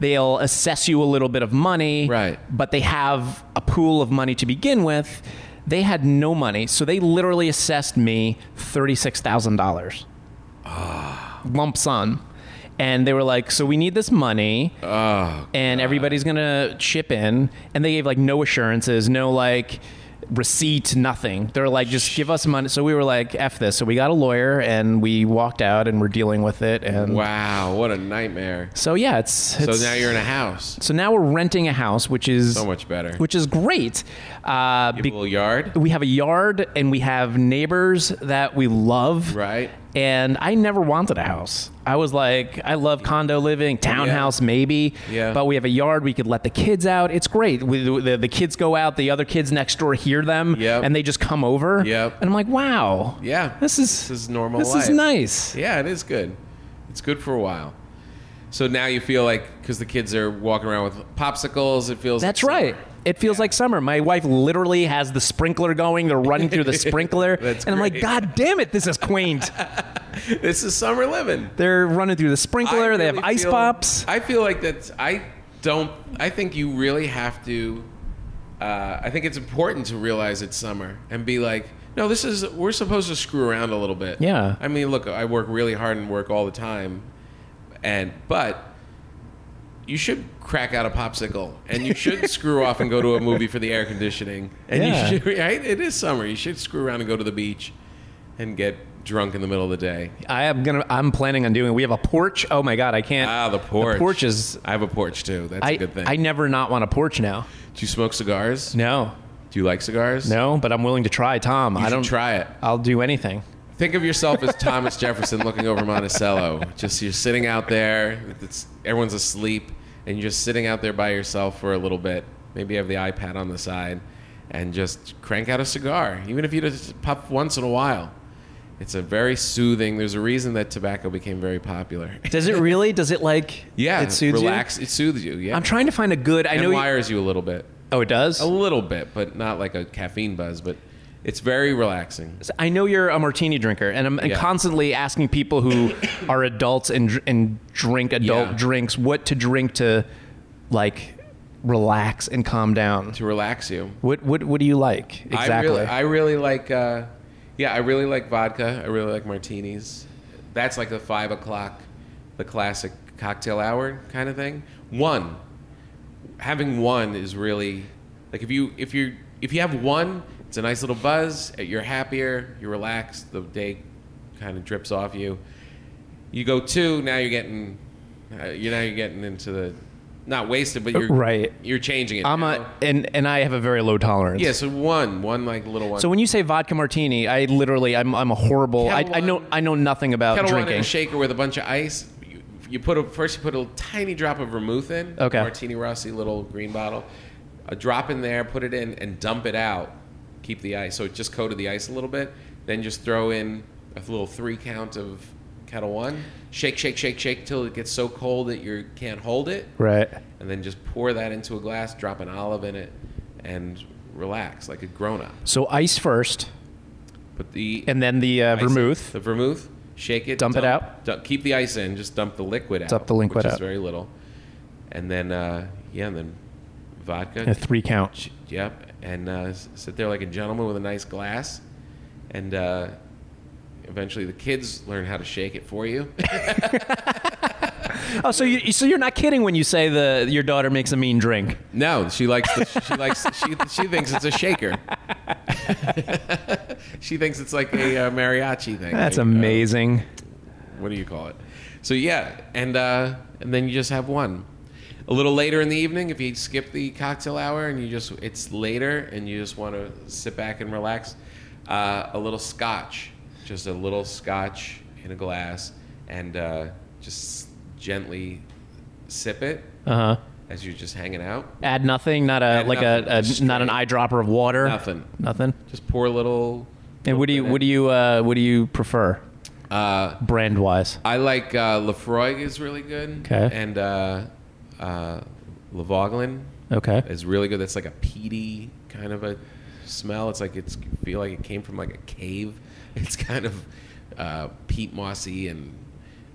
[SPEAKER 2] they'll assess you a little bit of money,
[SPEAKER 3] Right.
[SPEAKER 2] But they have a pool of money to begin with. They had no money, so they literally assessed me thirty-six thousand dollars, lump sum, and they were like, "So we need this money,
[SPEAKER 3] Oh,
[SPEAKER 2] and everybody's gonna chip in." And they gave like no assurances, no like receipt, nothing. They're like, "Just give us money." So we were like, "F this." So we got a lawyer, and we walked out, and we're dealing with it. And
[SPEAKER 3] Wow, what a nightmare.
[SPEAKER 2] so yeah, it's,
[SPEAKER 3] So
[SPEAKER 2] it's
[SPEAKER 3] now you're in a house.
[SPEAKER 2] so now we're renting a house, which is
[SPEAKER 3] So much better.
[SPEAKER 2] which is great. Uh,
[SPEAKER 3] You have
[SPEAKER 2] be-
[SPEAKER 3] a little yard,
[SPEAKER 2] we have a yard and we have neighbors that we love.
[SPEAKER 3] right?
[SPEAKER 2] And I never wanted a house. I was like, I love condo living, townhouse maybe.
[SPEAKER 3] Yeah.
[SPEAKER 2] But we have a yard. We could let the kids out. It's great. We, the, the kids go out. The other kids next door hear them.
[SPEAKER 3] Yep.
[SPEAKER 2] And they just come over.
[SPEAKER 3] Yep.
[SPEAKER 2] And I'm like, wow.
[SPEAKER 3] Yeah.
[SPEAKER 2] This is
[SPEAKER 3] This is normal
[SPEAKER 2] This is
[SPEAKER 3] life.
[SPEAKER 2] nice.
[SPEAKER 3] Yeah, it is good. It's good for a while. So now you feel like because the kids are walking around with popsicles, it feels
[SPEAKER 2] That's
[SPEAKER 3] like summer.
[SPEAKER 2] right. It feels like summer. My wife literally has the sprinkler going. They're running through the sprinkler.
[SPEAKER 3] That's
[SPEAKER 2] and I'm like,
[SPEAKER 3] great.
[SPEAKER 2] God damn it, this is quaint.
[SPEAKER 3] This is summer living.
[SPEAKER 2] They're running through the
[SPEAKER 3] I
[SPEAKER 2] sprinkler. they have
[SPEAKER 3] really
[SPEAKER 2] ice
[SPEAKER 3] feel-
[SPEAKER 2] pops.
[SPEAKER 3] I feel like that's. I don't. I think you really have to. Uh, I think it's important to realize it's summer and be like, no, this is. We're supposed to screw around a little bit.
[SPEAKER 2] Yeah.
[SPEAKER 3] I mean, look, I work really hard and work all the time, and but. You should crack out a popsicle, and you should screw off and go to a movie for the air conditioning. And
[SPEAKER 2] Yeah.
[SPEAKER 3] you should, right? It is summer. You should screw around and go to the beach, and get drunk in the middle of the day.
[SPEAKER 2] I am gonna. I'm planning on doing. We have a porch. Oh my god, I can't.
[SPEAKER 3] Ah, the porch.
[SPEAKER 2] The porch is.
[SPEAKER 3] I have a porch too. That's a
[SPEAKER 2] I,
[SPEAKER 3] good thing.
[SPEAKER 2] I never not want a porch now.
[SPEAKER 3] Do you smoke cigars?
[SPEAKER 2] No,
[SPEAKER 3] Do you like cigars?
[SPEAKER 2] no, but I'm willing to try. Tom,
[SPEAKER 3] You
[SPEAKER 2] I
[SPEAKER 3] should
[SPEAKER 2] don't
[SPEAKER 3] try it.
[SPEAKER 2] I'll do anything.
[SPEAKER 3] Think of yourself as Thomas Jefferson looking over Monticello. Just you're sitting out there. It's, everyone's asleep, and you're just sitting out there by yourself for a little bit. Maybe you have the iPad on the side, and just crank out a cigar, even if you just puff once in a while. It's a very soothing. There's a reason that tobacco became very popular.
[SPEAKER 2] Does it really? Does it like?
[SPEAKER 3] Yeah,
[SPEAKER 2] it soothes you?
[SPEAKER 3] relax. It soothes you. Yeah,
[SPEAKER 2] I'm trying to find a good. I
[SPEAKER 3] and
[SPEAKER 2] know. you-
[SPEAKER 3] wires you a little bit.
[SPEAKER 2] oh, it does.
[SPEAKER 3] A little bit, but not like a caffeine buzz, but it's very relaxing.
[SPEAKER 2] I know you're a martini drinker, and I'm and
[SPEAKER 3] Yeah.
[SPEAKER 2] constantly asking people who are adults and dr- and drink adult
[SPEAKER 3] Yeah.
[SPEAKER 2] drinks what to drink to, like, relax and calm down.
[SPEAKER 3] To relax you.
[SPEAKER 2] What what what do you like exactly?
[SPEAKER 3] I really, I really like, uh, yeah, I really like vodka. I really like martinis. That's like the five o'clock, the classic cocktail hour kind of thing. One, having one is really like if you if you if you have one, it's a nice little buzz. eh, You're happier. You're relaxed. The day kind of drips off you. You go two. Now you're getting, uh, you now you're getting into the, not wasted, but you're
[SPEAKER 2] Right.
[SPEAKER 3] You're changing it.
[SPEAKER 2] I'm
[SPEAKER 3] now.
[SPEAKER 2] a and and I have a very low tolerance.
[SPEAKER 3] Yeah, so one, one like little one.
[SPEAKER 2] So when you say vodka martini, I literally I'm I'm a horrible. I,
[SPEAKER 3] Kettle
[SPEAKER 2] I know
[SPEAKER 3] one-
[SPEAKER 2] I know nothing about
[SPEAKER 3] kettle one in
[SPEAKER 2] drinking.
[SPEAKER 3] a shaker with a bunch of ice. You, you put a first you put a little tiny drop of vermouth in.
[SPEAKER 2] Okay.
[SPEAKER 3] Martini Rossi little green bottle. A drop in there, put it in, and dump it out. Keep the ice. So it just coated the ice a little bit. Then just throw in a little three count of kettle one. Shake, shake, shake, shake till it gets so cold that you can't hold it.
[SPEAKER 2] Right.
[SPEAKER 3] And then just pour that into a glass, drop an olive in it, and relax like a grown up.
[SPEAKER 2] So ice first,
[SPEAKER 3] But the
[SPEAKER 2] and then the uh,
[SPEAKER 3] ice in.
[SPEAKER 2] vermouth.
[SPEAKER 3] The vermouth. Shake it.
[SPEAKER 2] Dump it out.
[SPEAKER 3] dump- keep the ice in. Just dump the liquid out.
[SPEAKER 2] Dump the liquid
[SPEAKER 3] which
[SPEAKER 2] out.
[SPEAKER 3] Is very little. And then uh, yeah, and then vodka.
[SPEAKER 2] a three count.
[SPEAKER 3] Ch- Yep. And uh, s- sit there like a gentleman with a nice glass. And uh, eventually the kids learn how to shake it for you.
[SPEAKER 2] Oh, so you so you're not kidding when you say the your daughter makes a mean drink.
[SPEAKER 3] no, she likes. The, she likes. She she thinks it's a shaker. she thinks it's like a uh, mariachi thing.
[SPEAKER 2] That's
[SPEAKER 3] like, uh,
[SPEAKER 2] amazing.
[SPEAKER 3] what do you call it? So yeah, and uh, and then you just have one. A little later in the evening, if you skip the cocktail hour and you just it's later and you just want to sit back and relax, uh, a little scotch, just a little scotch in a glass, and uh, just gently sip it
[SPEAKER 2] Uh huh.
[SPEAKER 3] as you're just hanging out.
[SPEAKER 2] Add nothing. Not a
[SPEAKER 3] Add
[SPEAKER 2] like
[SPEAKER 3] nothing,
[SPEAKER 2] a,
[SPEAKER 3] just
[SPEAKER 2] a not an eyedropper of water.
[SPEAKER 3] Nothing.
[SPEAKER 2] Nothing.
[SPEAKER 3] Just pour a little.
[SPEAKER 2] And what do you what do you uh, what do you prefer
[SPEAKER 3] Uh,
[SPEAKER 2] brand wise?
[SPEAKER 3] I like uh, Lefroy is really good.
[SPEAKER 2] Okay.
[SPEAKER 3] And uh, uh, Lavoglin
[SPEAKER 4] Okay.
[SPEAKER 3] is really good. That's like a peaty kind of a smell. It's like it's feel like it came from like a cave. It's kind of uh, peat mossy and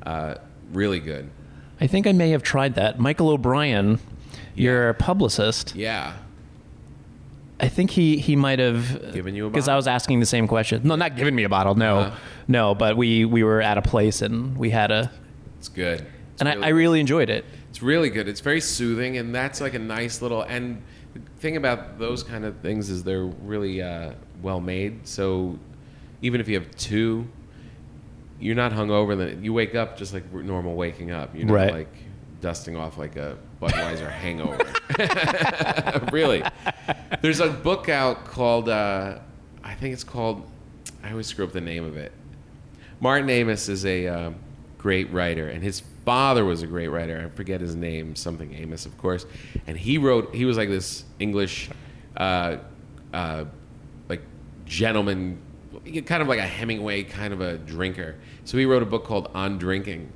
[SPEAKER 3] uh, really good.
[SPEAKER 4] I think I may have tried that. Michael O'Brien, your publicist,
[SPEAKER 3] Yeah,
[SPEAKER 4] I think he he might have
[SPEAKER 3] Given you a
[SPEAKER 4] because I
[SPEAKER 3] bottle?
[SPEAKER 4] was asking the same question. No, not giving me a bottle. No,
[SPEAKER 3] Uh-huh.
[SPEAKER 4] no. But we we were at a place and we had a
[SPEAKER 3] it's good. It's
[SPEAKER 4] and
[SPEAKER 3] really
[SPEAKER 4] I, I really enjoyed it.
[SPEAKER 3] It's really good. It's very soothing, and that's like a nice little. And the thing about those kind of things is they're really uh, well made. So even if you have two, you're not hungover. Then you wake up just like we're normal waking up. You're not
[SPEAKER 4] Right.
[SPEAKER 3] like dusting off like a Budweiser hangover. really, there's a book out called uh, I think it's called. I always screw up the name of it. Martin Amis is a um great writer, and his father was a great writer. I forget his name, something Amos, of course. And he wrote. He was like this English, uh, uh, like gentleman, kind of like a Hemingway kind of a drinker. So he wrote a book called On Drinking,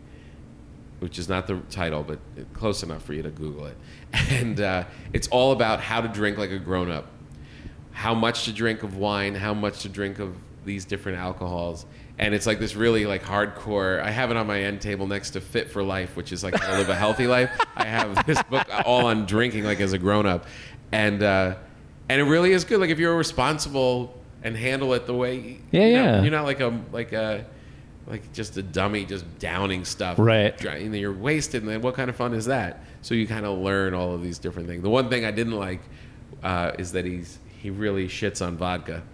[SPEAKER 3] which is not the title, but close enough for you to Google it. And uh, it's all about how to drink like a grown up, how much to drink of wine, how much to drink of these different alcohols. And it's like this really like hardcore. I have it on my end table next to Fit for Life, which is like how to live a healthy life. I have this book all on drinking like as a grown up, and uh, and it really is good. Like if you're responsible and handle it the way,
[SPEAKER 4] Yeah,
[SPEAKER 3] you know,
[SPEAKER 4] yeah.
[SPEAKER 3] you're not like a like a like just a dummy just downing stuff
[SPEAKER 4] Right.
[SPEAKER 3] dry- and then you're wasted, and then what kind of fun is that? So you kind of learn all of these different things. The one thing I didn't like uh, is that he's he really shits on vodka.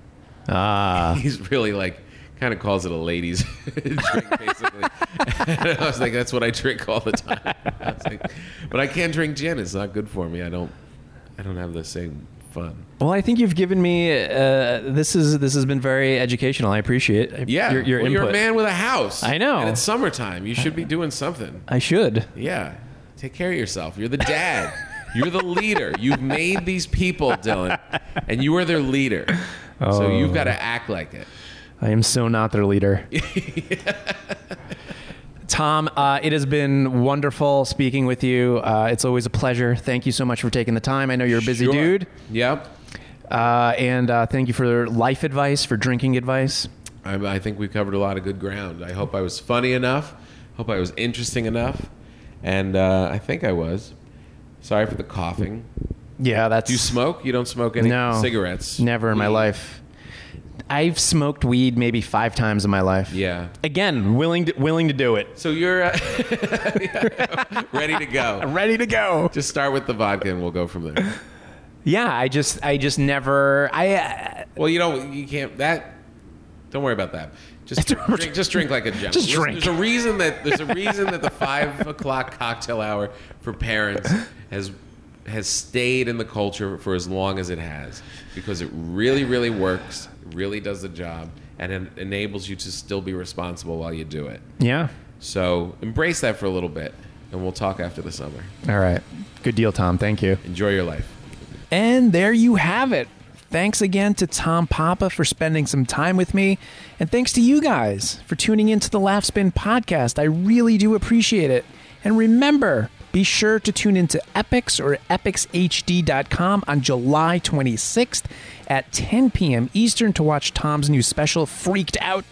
[SPEAKER 4] Ah,
[SPEAKER 3] He's really like kind of calls it a ladies drink basically. and I was like, that's what I drink all the time. I was like, but I can't drink gin; it's not good for me. I don't I don't have the same fun.
[SPEAKER 4] well, I think you've given me uh, this is this has been very educational. I appreciate I-
[SPEAKER 3] Yeah,
[SPEAKER 4] your, your
[SPEAKER 3] Well,
[SPEAKER 4] input.
[SPEAKER 3] you're a man with a house.
[SPEAKER 4] I know.
[SPEAKER 3] and it's summertime. You should be doing something.
[SPEAKER 4] I should.
[SPEAKER 3] Yeah. Take care of yourself. You're the dad. You're the leader. You've made these people, Dylan, and you are their leader. So
[SPEAKER 4] Oh.
[SPEAKER 3] you've got to act like it.
[SPEAKER 4] I am so not their leader. Tom, uh, it has been wonderful speaking with you. Uh, it's always a pleasure. Thank you so much for taking the time. I know you're a busy
[SPEAKER 3] Sure.
[SPEAKER 4] dude.
[SPEAKER 3] Yep.
[SPEAKER 4] Uh, and uh, thank you for life advice, for drinking advice.
[SPEAKER 3] I, I think we've covered a lot of good ground. I hope I was funny enough. Hope I was interesting enough. And uh, I think I was. Sorry for the coughing.
[SPEAKER 4] Yeah, that's
[SPEAKER 3] Do you smoke? You don't smoke any
[SPEAKER 4] No.
[SPEAKER 3] cigarettes? Mm.
[SPEAKER 4] never in my
[SPEAKER 3] Weed?
[SPEAKER 4] life. I've smoked weed maybe five times in my life.
[SPEAKER 3] Yeah.
[SPEAKER 4] Again, willing to, willing to do it.
[SPEAKER 3] So you're uh, ready to go.
[SPEAKER 4] Ready to go.
[SPEAKER 3] Just start with the vodka and we'll go from there.
[SPEAKER 4] Yeah, I just I just never I uh,
[SPEAKER 3] Well, you don't. You can't. That. Don't worry about that. Just drink. Just drink like a gentleman.
[SPEAKER 4] Just
[SPEAKER 3] There's-
[SPEAKER 4] drink.
[SPEAKER 3] There's a reason that there's a reason that the five o'clock cocktail hour for parents has has stayed in the culture for as long as it has because it really, really works. It really does the job and it enables you to still be responsible while you do it.
[SPEAKER 4] yeah.
[SPEAKER 3] So embrace that for a little bit, and we'll talk after the summer.
[SPEAKER 4] All right. Good deal, Tom. Thank you.
[SPEAKER 3] Enjoy your life.
[SPEAKER 2] And there you have it. Thanks again to Tom Papa for spending some time with me. And thanks to you guys for tuning into the Laugh Spin podcast. I really do appreciate it. And remember, be sure to tune into Epics or epicshd.com on July 26th at 10 p.m. Eastern to watch Tom's new special, Freaked Out.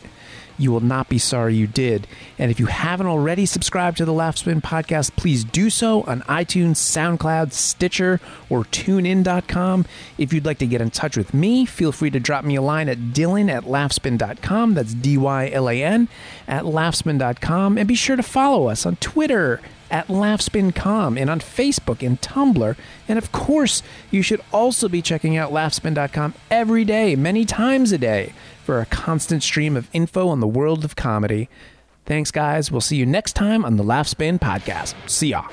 [SPEAKER 2] You will not be sorry you did. And if you haven't already subscribed to the Laughspin podcast, please do so on iTunes, SoundCloud, Stitcher, or tunein.com. If you'd like to get in touch with me, feel free to drop me a line at dylan at laughspin.com. That's D Y L A N at laughspin.com. And be sure to follow us on Twitter at laughspin.com and on Facebook and Tumblr. And of course, you should also be checking out laughspin.com every day, many times a day, for a constant stream of info on the world of comedy. Thanks, guys. We'll see you next time on the Laughspin podcast. See ya.